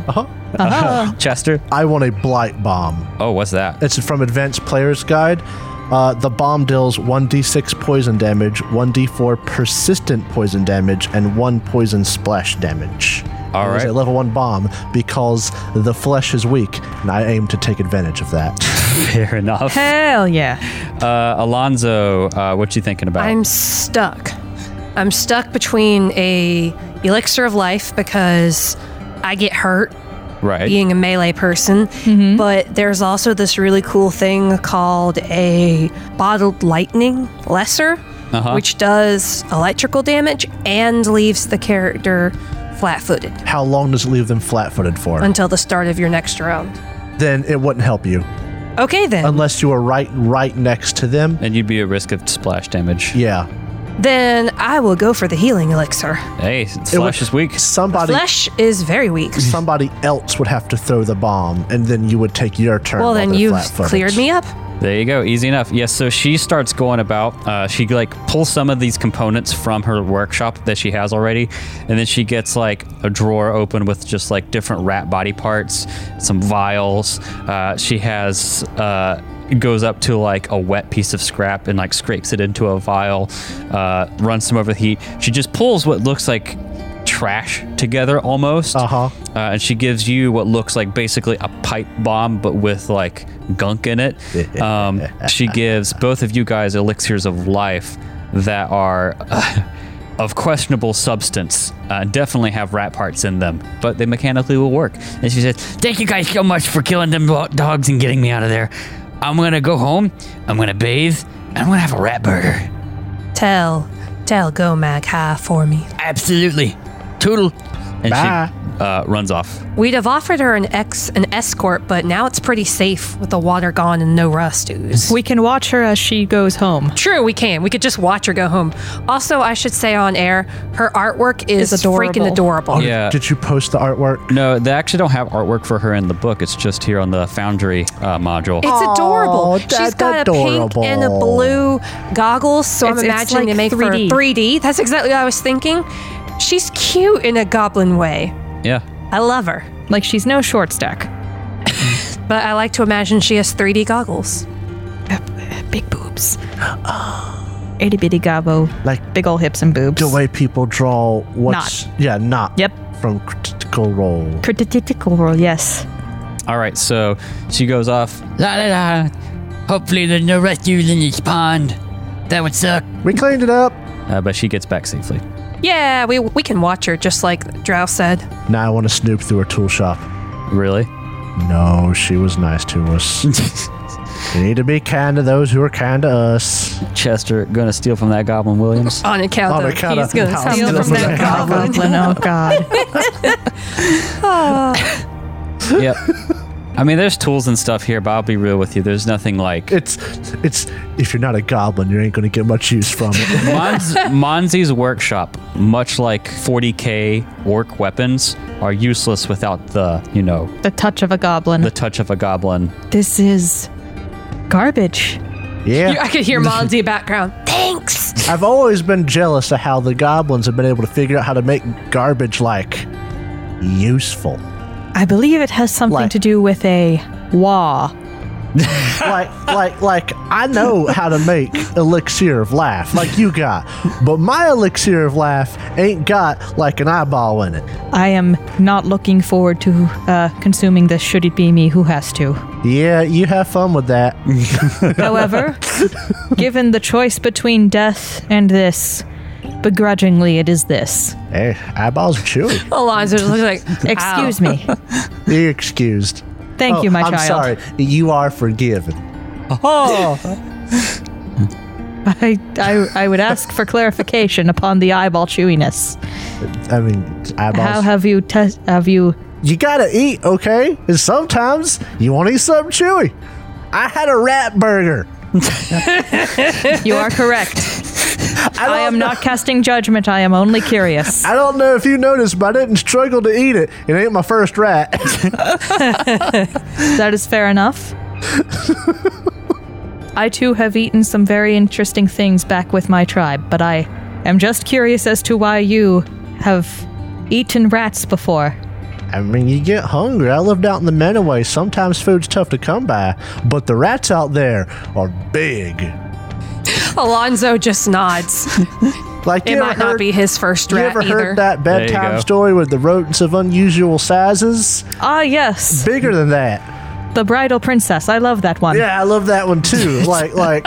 S2: Uh-huh. Chester.
S4: I want a blight bomb.
S2: Oh, what's that?
S4: It's from Advanced Player's Guide. Uh, the bomb deals 1d6 poison damage, 1d4 persistent poison damage, and 1 poison splash damage.
S2: All
S4: It is
S2: right.
S4: a level 1 bomb because the flesh is weak, and I aim to take advantage of that.
S2: Fair enough. Uh,
S3: Hell yeah.
S2: Alonzo, uh, what you thinking about?
S6: I'm stuck. I'm stuck between a elixir of life because I get hurt
S2: right.
S6: being a melee person, but there's also this really cool thing called a bottled lightning lesser, which does electrical damage and leaves the character flat-footed
S4: How long does it leave them flat footed for?
S6: until the start of your next round.
S4: then it wouldn't help you.
S6: Okay then.
S4: Unless you were right right next to them.
S2: and you'd be at risk of splash damage.
S4: Yeah.
S6: then I will go for the healing elixir.
S2: Hey, flash is weak.
S4: Somebody
S6: Flesh is very weak.
S4: somebody else would have to throw the bomb, and then you would take your turn. while
S6: Well, then
S4: they're
S6: you've
S4: flat-footed.
S6: cleared me up.
S2: There you go, easy enough. Yes, so she starts going about. Uh, she like pulls some of these components from her workshop that she has already, and then she gets like a drawer open with just like different rat body parts, some vials. Uh, she has uh, goes up to like a wet piece of scrap and like scrapes it into a vial, uh, runs some over the heat. She just pulls what looks like trash together almost.
S4: Uh-huh.
S2: Uh, and she gives you what looks like basically a pipe bomb, but with like gunk in it. Um, she gives both of you guys elixirs of life that are uh, of questionable substance, uh, definitely have rat parts in them, but they mechanically will work.
S5: And she says, Thank you guys so much for killing them lo- dogs and getting me out of there. I'm gonna go home, I'm gonna bathe, and I'm gonna have a rat burger.
S6: Tell, tell Gomag High for me.
S5: Absolutely. Toodle.
S2: And she uh, runs off.
S6: We'd have offered her an ex, an escort, but now it's pretty safe with the water gone and no rust ooze.
S3: We can watch her as she goes home.
S6: True, we can. We could just watch her go home. Also, I should say on air, her artwork is,
S3: Is adorable.
S6: freaking adorable.
S2: Yeah.
S4: Did you post the artwork?
S2: No, they actually don't have artwork for her in the book. It's just here on the Foundry uh, module.
S6: It's adorable.
S4: Oh,
S6: She's
S4: that's
S6: got a pink and a
S4: adorable.
S6: blue goggles, so
S3: It's- it's
S6: I'm imagining
S3: like
S6: they make for
S3: 3D.
S6: 3D. That's exactly what I was thinking. She's cute in a goblin way.
S2: yeah.
S6: I love her,
S3: Like she's no short stack.
S6: but I like to imagine she has 3D goggles.
S3: Big boobs. Itty bitty gobbo.
S4: Like
S3: Big ol' hips and boobs.
S4: the way people draw what's yeah, not
S3: Yep.
S4: from critical role.
S3: Critical roll, yes.
S2: All right, so she goes off.
S5: La la la. Hopefully there's no rest ooze in this pond. That would suck.
S4: We cleaned it up.
S2: Uh, but she gets back safely.
S6: Yeah, we, we can watch her just like Drow said.
S4: Now I want to snoop through her tool shop.
S2: Really?
S4: No, she was nice to us. we need to be kind to those who are kind to us.
S2: Chester gonna steal from that Goblin Williams.
S6: On account
S4: On
S6: of
S4: account
S6: he's
S4: of-
S6: going to
S4: I'll
S6: steal
S4: steal
S6: from
S4: from
S6: that goblin.
S3: oh god.
S2: yep. I mean, there's tools and stuff here, but I'll be real with you. There's nothing like
S4: It's it's if you're not a goblin, you ain't gonna get much use from it.
S2: Monz, Monzi's workshop. Much like 40k orc weapons are useless without the you know
S3: The touch of a goblin.
S2: the touch of a goblin.
S3: this is garbage.
S4: yeah.
S6: I could hear Monzi background. Thanks.
S4: I've always been jealous of how the goblins have been able to figure out how to make garbage like useful.
S3: I believe it has something
S4: Like-
S3: to do with a wah.
S4: like like like I know how to make elixir of laugh like you got, but my elixir of laugh ain't got like an eyeball in it.
S3: I am not looking forward to uh, consuming this should it be me who has to.
S4: Yeah, you have fun with that.
S3: However, given the choice between death and this, begrudgingly it is this.
S4: Hey, eyeballs are chewy.
S6: Alonzo just looks like,
S3: Excuse
S6: "Ow."
S3: me.
S4: You're excused.
S3: Thank
S4: Oh,
S3: you, my
S4: I'm
S3: child.
S4: sorry. You are forgiven.
S3: I, I, I would ask for clarification upon the eyeball chewiness.
S4: I mean, eyeballs.
S3: How have you test? Have you?
S4: you gotta eat, okay? And sometimes you want to eat something chewy. I had a rat burger.
S3: You are correct.
S4: I,
S3: I
S4: don't
S3: am
S4: know-
S3: not casting judgment. I am only curious.
S4: I don't know if you noticed, but I didn't struggle to eat it. It ain't my first rat.
S3: That is fair enough. I too have eaten some very interesting things back with my tribe, but I am just curious as to why you have eaten rats before.
S4: I mean, you get hungry. I lived out in the Menaway. Sometimes food's tough to come by, but the rats out there are big.
S6: Alonzo just nods.
S4: Like you
S6: It
S4: ever
S6: might
S4: heard,
S6: not be his first
S4: You
S6: rat
S4: ever
S6: either.
S4: heard that
S2: you go.
S4: bedtime story with the rodents of unusual sizes?
S3: Ah, yes,
S4: Bigger than that.
S3: the bridal princess. I love that one.
S4: Yeah, I love that one too. like, like.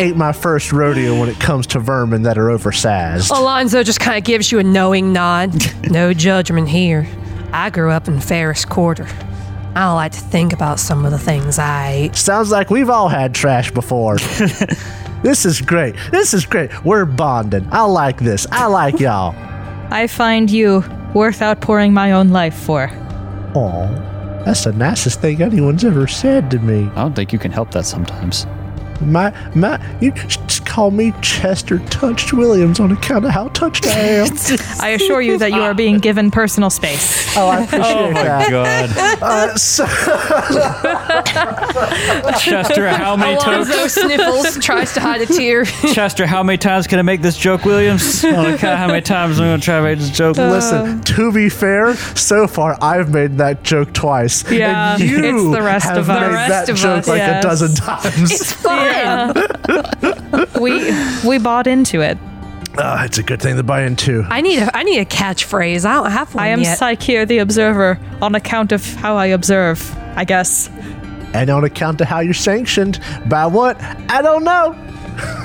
S4: Ain't my first rodeo when it comes to vermin that are oversized.
S6: Alonzo just kind of gives you a knowing nod. no judgment here. I grew up in Ferris Quarter. I don't like to think about some of the things I ate.
S4: Sounds like we've all had trash before. this is great. This is great. We're bonding. I like this. I like y'all.
S3: I find you worth outpouring my own life for.
S4: Aw, that's the nicest thing anyone's ever said to me.
S2: I don't think you can help that sometimes.
S4: My, my, you just call me Chester Touched Williams on account of how touched I am.
S3: I assure you that you are being given personal space.
S4: oh, I appreciate that.
S2: God.
S4: Uh, so,
S2: Chester, how many times?
S6: Alonzo sniffles, tries to hide a tear.
S2: Chester, how many times can I make this joke, Williams? I don't care how many times I'm gonna try to make this
S3: Um,
S2: joke.
S4: listen, to be fair, so far I've made that joke twice.
S3: Yeah,
S4: and you
S3: it's the rest
S4: have
S3: of us.
S4: made
S3: The
S6: rest
S4: that
S6: of
S4: joke
S6: us,
S4: like
S3: yes.
S4: a dozen times.
S6: it's fine.
S3: we we bought into it.
S4: Ah, it's a good thing to buy into.
S6: I need a I need a catchphrase. I don't have one
S3: I am
S6: yet.
S3: Psyche, the observer, on account of how I observe. I guess
S4: And on account of how you're sanctioned, by what? I don't know.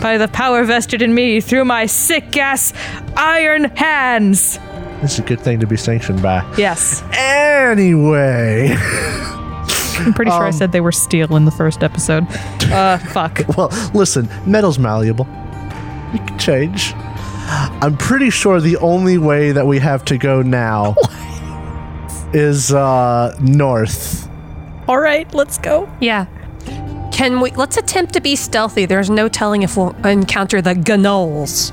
S3: by the power vested in me through my sick ass iron hands.
S4: It's a good thing to be sanctioned by.
S3: Yes,
S4: Anyway.
S3: I'm pretty sure I said they were steel in the first episode. Uh, fuck.
S4: Well, listen, metal's malleable. It can change. I'm pretty sure the only way that we have to go now is uh, north.
S3: All right, let's go.
S6: Yeah. Can we? Let's attempt to be stealthy. There's no telling if we'll encounter the Gnoles.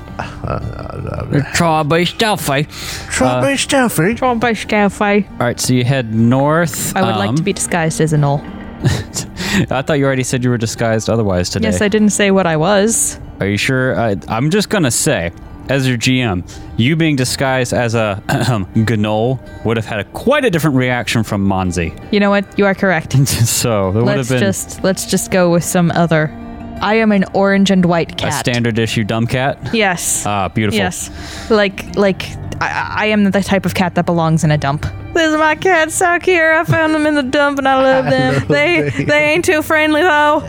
S5: Try by stealthy.
S3: Uh,
S4: Strawberry Stafford.
S3: Drawn by Scalfi.
S2: All right, so you head north.
S3: I would like to be disguised as an ol.
S2: I thought you already said you were disguised otherwise today.
S3: Yes, I didn't say what I was.
S2: Are you sure? I, I'm just gonna say, as your GM, you being disguised as a gnoll would have had a, quite a different reaction from Monzi.
S3: You know what? You are correct.
S2: so there would have
S3: let's
S2: been
S3: just let's just go with some other. I am an orange and white
S2: a
S3: cat.
S2: standard issue dumb cat.
S3: Yes.
S2: Ah, beautiful.
S3: Yes, like like I, I am the type of cat that belongs in a dump. This is my cat Sakir. I found them in the dump and I love them. they they ain't too friendly though.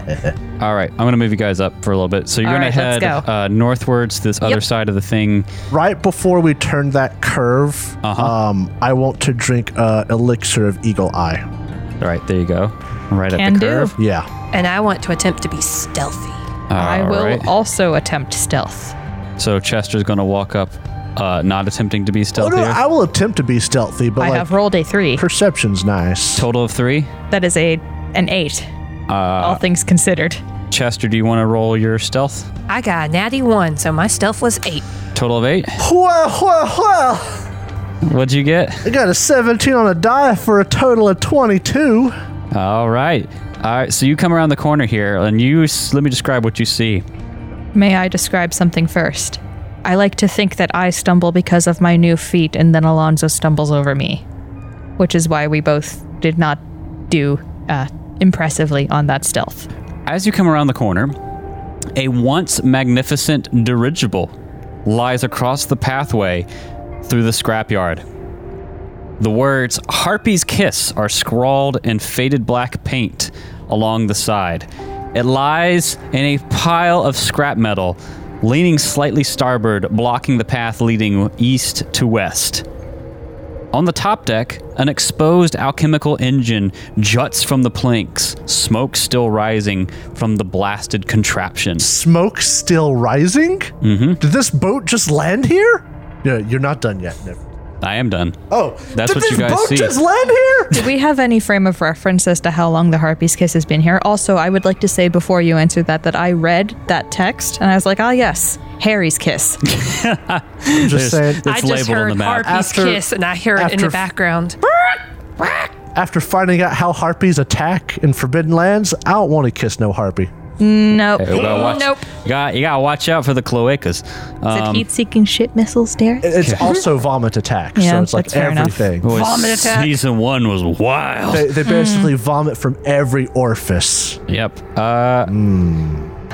S2: All right, I'm gonna move you guys up for a little bit. So you're
S3: All
S2: gonna
S3: right,
S2: head
S3: let's go.
S2: uh, northwards, this other side of the thing.
S4: Right before we turn that curve,
S3: Uh-huh.
S4: um, I want to drink uh, elixir of eagle eye.
S2: All right, there you go. Right
S3: Can
S2: at the
S3: do.
S2: curve.
S4: Yeah.
S6: And I want to attempt to be stealthy.
S3: I
S2: All
S3: will
S2: right.
S3: also attempt stealth.
S2: So Chester's gonna walk up, uh, not attempting to be
S4: Oh,
S2: stealthy.
S4: no, I will attempt to be stealthy, but
S3: I
S4: like,
S3: have rolled a three.
S4: perception's nice.
S2: Total of three.
S3: That is a an eight. all things considered.
S2: Chester, do you want to roll your stealth?
S6: I got a natty one, so my stealth was eight.
S2: Total of eight.
S4: Whoa, whoa, whoa!
S2: What'd you get?
S4: I got a 17 on a die for a total of 22.
S2: All right. All right. So you come around the corner here, and you s- let me describe what you see.
S3: May I describe something first? I like to think that I stumble because of my new feet, and then Alonzo stumbles over me, which is why we both did not do uh, impressively on that stealth.
S2: As you come around the corner, a once magnificent dirigible lies across the pathway through the scrapyard. The words Harpy's Kiss are scrawled in faded black paint along the side. It lies in a pile of scrap metal leaning slightly starboard, blocking the path leading east to west. On the top deck, an exposed alchemical engine juts from the planks, smoke still rising from the blasted contraption.
S4: Smoke still rising? Mm-hmm. Did this boat just land here? Yeah, you're not done yet. Never.
S2: I am done.
S4: Oh,
S2: That's
S4: did
S2: what
S4: this
S2: you guys
S4: boat
S2: see.
S4: just land here?
S3: Do we have any frame of reference as to how long the Harpy's Kiss has been here? Also, I would like to say before you answered that that I read that text and I was like, ah, yes, Harry's Kiss.
S4: I'm
S2: There's-
S4: just saying.
S2: It's
S6: I just
S2: labeled on
S6: heard
S2: the map.
S6: Harpy's
S4: After-
S6: kiss, and I hear it in
S4: after
S6: the
S4: f-
S6: background.
S4: After finding out how harpies attack in Forbidden Lands, I don't want to kiss no harpy.
S3: nope.
S2: You gotta watch,
S6: Nope.
S2: You got you gotta watch out for the cloacas.
S3: Is it
S2: Um, Uh,
S3: heat-seeking shit missiles, Derek?
S4: It's also vomit attack,
S3: Yeah,
S4: so it's like
S3: that's fair enough. Hmm.
S4: everything.
S2: boy,
S6: vomit attack.
S2: Season one was wild.
S4: They, they basically vomit from every orifice.
S2: yep. Uh,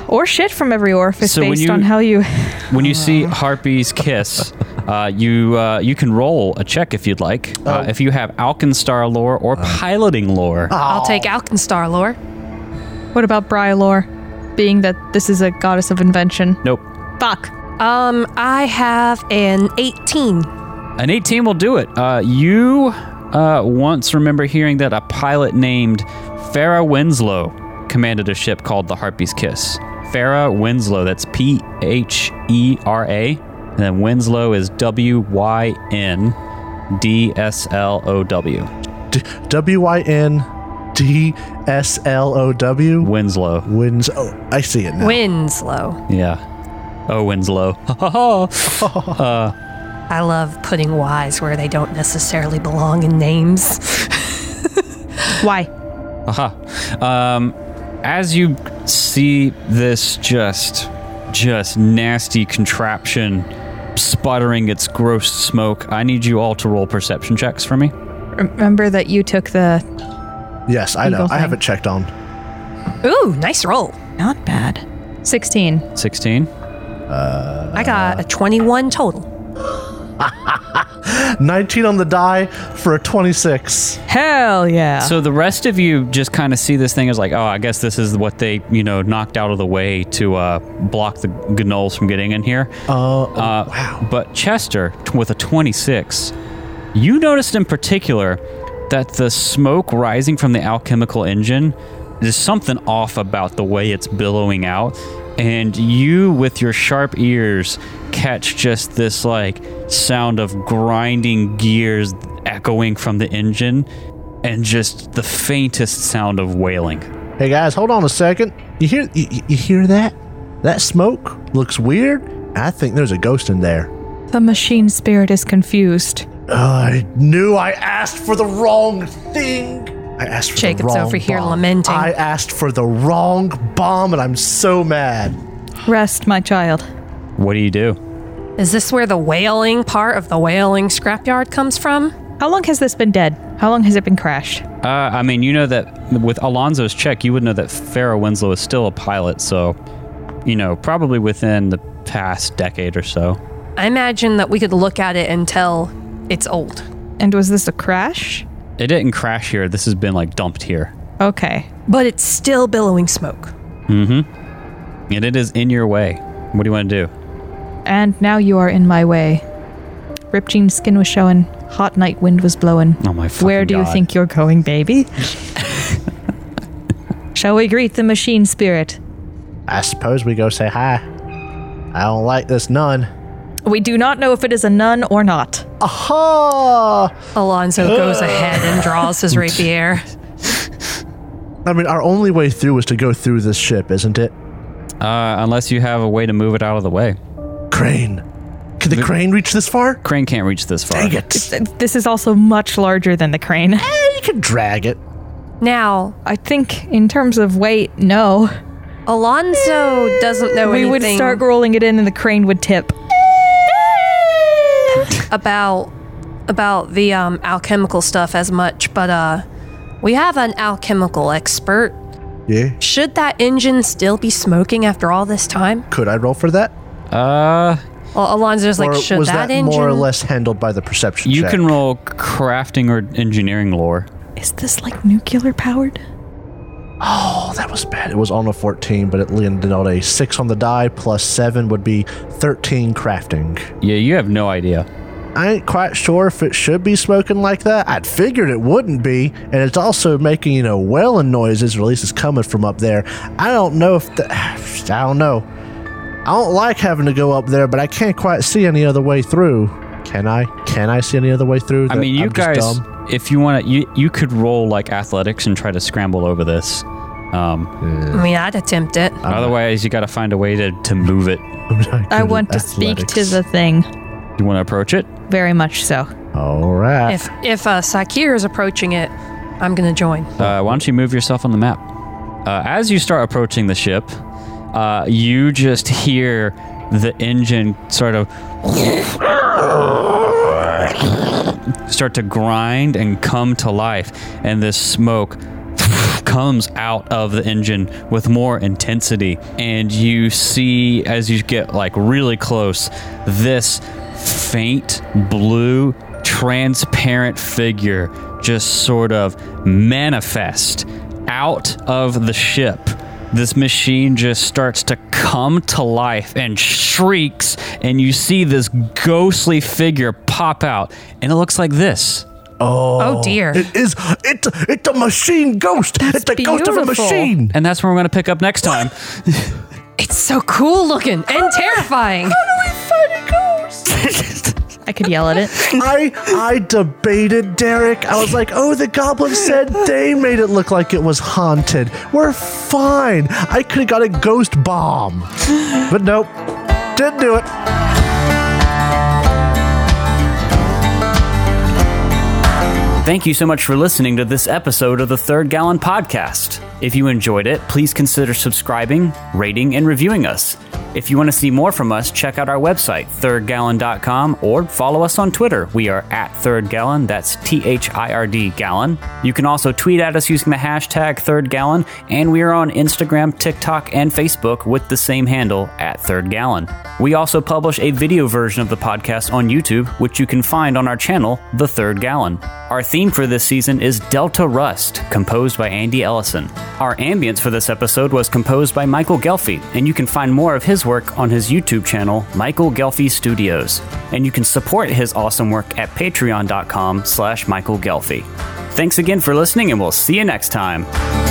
S3: or shit from every orifice
S2: So when
S3: based
S2: you-
S3: on how you.
S2: when you see Harpy's kiss, uh, you uh, you can roll a check if you'd like. Uh,
S6: Oh.
S2: if you have Alkenstar lore or piloting lore,
S6: I'll take Alkenstar lore.
S3: What about Brylor? Being that this is a goddess of invention.
S2: nope.
S3: Fuck.
S6: Um, I have an 18.
S2: An 18 will do it. Uh, you uh, once remember hearing that a pilot named Farah Winslow commanded a ship called the Harpy's Kiss. Farah Winslow, that's P H E R A. And then Winslow is W Y N D S L O W.
S4: D- W Y N D S L O W
S2: Winslow.
S4: wins. Oh, I see it now.
S6: Winslow.
S2: Yeah. Oh, Winslow.
S6: I love putting Y's where they don't necessarily belong in names.
S3: Why?
S2: Aha. Um, as you see this just, just nasty contraption sputtering its gross smoke, I need you all to roll perception checks for me.
S3: Remember that you took the.
S4: Yes, I know.
S3: Eagle
S4: I
S3: thing.
S4: haven't checked on.
S6: Ooh, nice roll.
S3: Not bad. 16.
S2: 16.
S6: I got a 21 total.
S4: 19 on the die for a 26.
S3: Hell yeah.
S2: So the rest of you just kind of see this thing as like, oh, I guess this is what they, you know, knocked out of the way to uh, block the gnolls from getting in here.
S4: Uh,
S2: Uh, But Chester, t- with a 26, you noticed in particular that the smoke rising from the alchemical engine, there's something off about the way it's billowing out. And you, with your sharp ears, catch just this like sound of grinding gears echoing from the engine and just the faintest sound of wailing.
S4: Hey guys, hold on a second. You hear you, you- you hear that? That smoke looks weird. I think there's a ghost in there.
S3: the machine spirit is confused.
S4: Uh, I knew I asked for the wrong thing. I asked for the
S6: Jacob's
S4: wrong
S6: over here
S4: bomb.
S6: lamenting.
S4: I asked for the wrong bomb, and I'm so mad.
S3: Rest, my child.
S2: What do you do?
S6: Is this where the whaling part of the whaling scrapyard comes from?
S3: How long has this been dead? How long has it been crashed?
S2: Uh, I mean, you know that with Alonzo's check, you would know that Farrah Winslow is still a pilot, so, you know, probably within the past decade or so.
S6: I imagine that we could look at it and tell it's old.
S3: And was this a crash?
S2: It didn't crash here. This has been, like, dumped here.
S3: Okay.
S6: But it's still billowing smoke.
S2: And it is in your way. What do you want to do?
S3: And now you are in my way. Rip jean skin was showing. Hot night wind was blowing.
S2: Oh, my fucking
S3: Where do you
S2: God.
S3: think you're going, baby? Shall we greet the machine spirit?
S4: I suppose we go say hi. I don't like this nun.
S3: We do not know if it is a nun or not.
S4: Aha!
S6: Alonzo goes ahead and draws his rapier.
S4: I mean, our only way through is to go through this ship, isn't it?
S2: Uh, unless you have a way to move it out of the way.
S4: Crane. Can the, crane reach this far?
S2: Crane can't reach this far.
S4: Dang it!
S3: This is also much larger than the crane.
S4: Eh, You can drag it.
S6: Now,
S3: I think, in terms of weight, no.
S6: Alonzo doesn't know
S3: we
S6: anything
S3: would start rolling it in and the crane would tip.
S6: about about the um, alchemical stuff as much, but uh, we have an alchemical expert.
S4: Yeah.
S6: Should that engine still be smoking after all this time?
S4: Could I roll for that?
S2: Uh,
S6: Well, Alonzo's like,
S4: or
S6: should
S4: was
S6: that,
S4: that,
S6: engine?
S4: more or less handled by the perception
S2: you
S4: check?
S2: can roll crafting or engineering lore.
S3: Is this like nuclear powered?
S4: Oh, that was bad. It was on a 14, but it landed on a 6 on the die, plus 7 would be 13 crafting.
S2: Yeah, you have no idea.
S4: I ain't quite sure if it should be smoking like that. I'd figured it wouldn't be, and it's also making you know wailing noises. At least it's coming from up there. I don't know if the, I don't know. I don't like having to go up there, but I can't quite see any other way through. Can I? Can I see any other way through?
S2: I
S4: that
S2: mean, you
S4: I'm just
S2: guys,
S4: dumb?
S2: if you want to, you, you could roll like athletics and try to scramble over this. Um,
S6: I mean, I'd attempt it.
S2: otherwise, you got to find a way to, to move it. You
S4: I'm not
S3: I
S4: good
S3: want
S4: at
S3: to speak to
S4: athletics.
S3: the thing.
S2: want to approach it?
S3: Very much so.
S4: All right.
S6: If if uh, Sakir is approaching it, I'm gonna join.
S2: Uh, why don't you move yourself on the map? Uh, as you start approaching the ship, uh, you just hear the engine sort of start to grind and come to life, and this smoke comes out of the engine with more intensity. And you see, as you get like really close, this faint blue, transparent figure just sort of manifest out of the ship. This machine just starts to come to life and shrieks, and you see this ghostly figure pop out, and it looks like this.
S6: Oh, dear.
S4: It is. It's it's a machine ghost. it's the ghost of a
S6: beautiful.
S4: machine.
S2: And that's where we're going to pick up next time.
S6: It's so cool looking and terrifying.
S3: I could yell at it.
S4: I I debated Derek. I was like, oh, the goblin said they made it look like it was haunted. We're fine. I could have got a ghost bomb, but nope, didn't do it.
S8: Thank you so much for listening to this episode of the Third Gallon Podcast. If you enjoyed it, please consider subscribing, rating, and reviewing us. If you want to see more from us, check out our website, thirdgallon.com, or follow us on Twitter. We are at Third Gallon, that's T H I R D Gallon. You can also tweet at us using the hashtag Third Gallon, and we are on Instagram, TikTok, and Facebook with the same handle, at Third Gallon. We also publish a video version of the podcast on YouTube, which you can find on our channel, The Third Gallon. Our theme for this season is Delta Rust, composed by Andy Ellison. Our ambience for this episode was composed by Michael Gelfie, and you can find more of his work on his YouTube channel, Michael Gelfie Studios. And you can support his awesome work at patreon.com slash Michael Gelfie. Thanks again for listening, and we'll see you next time.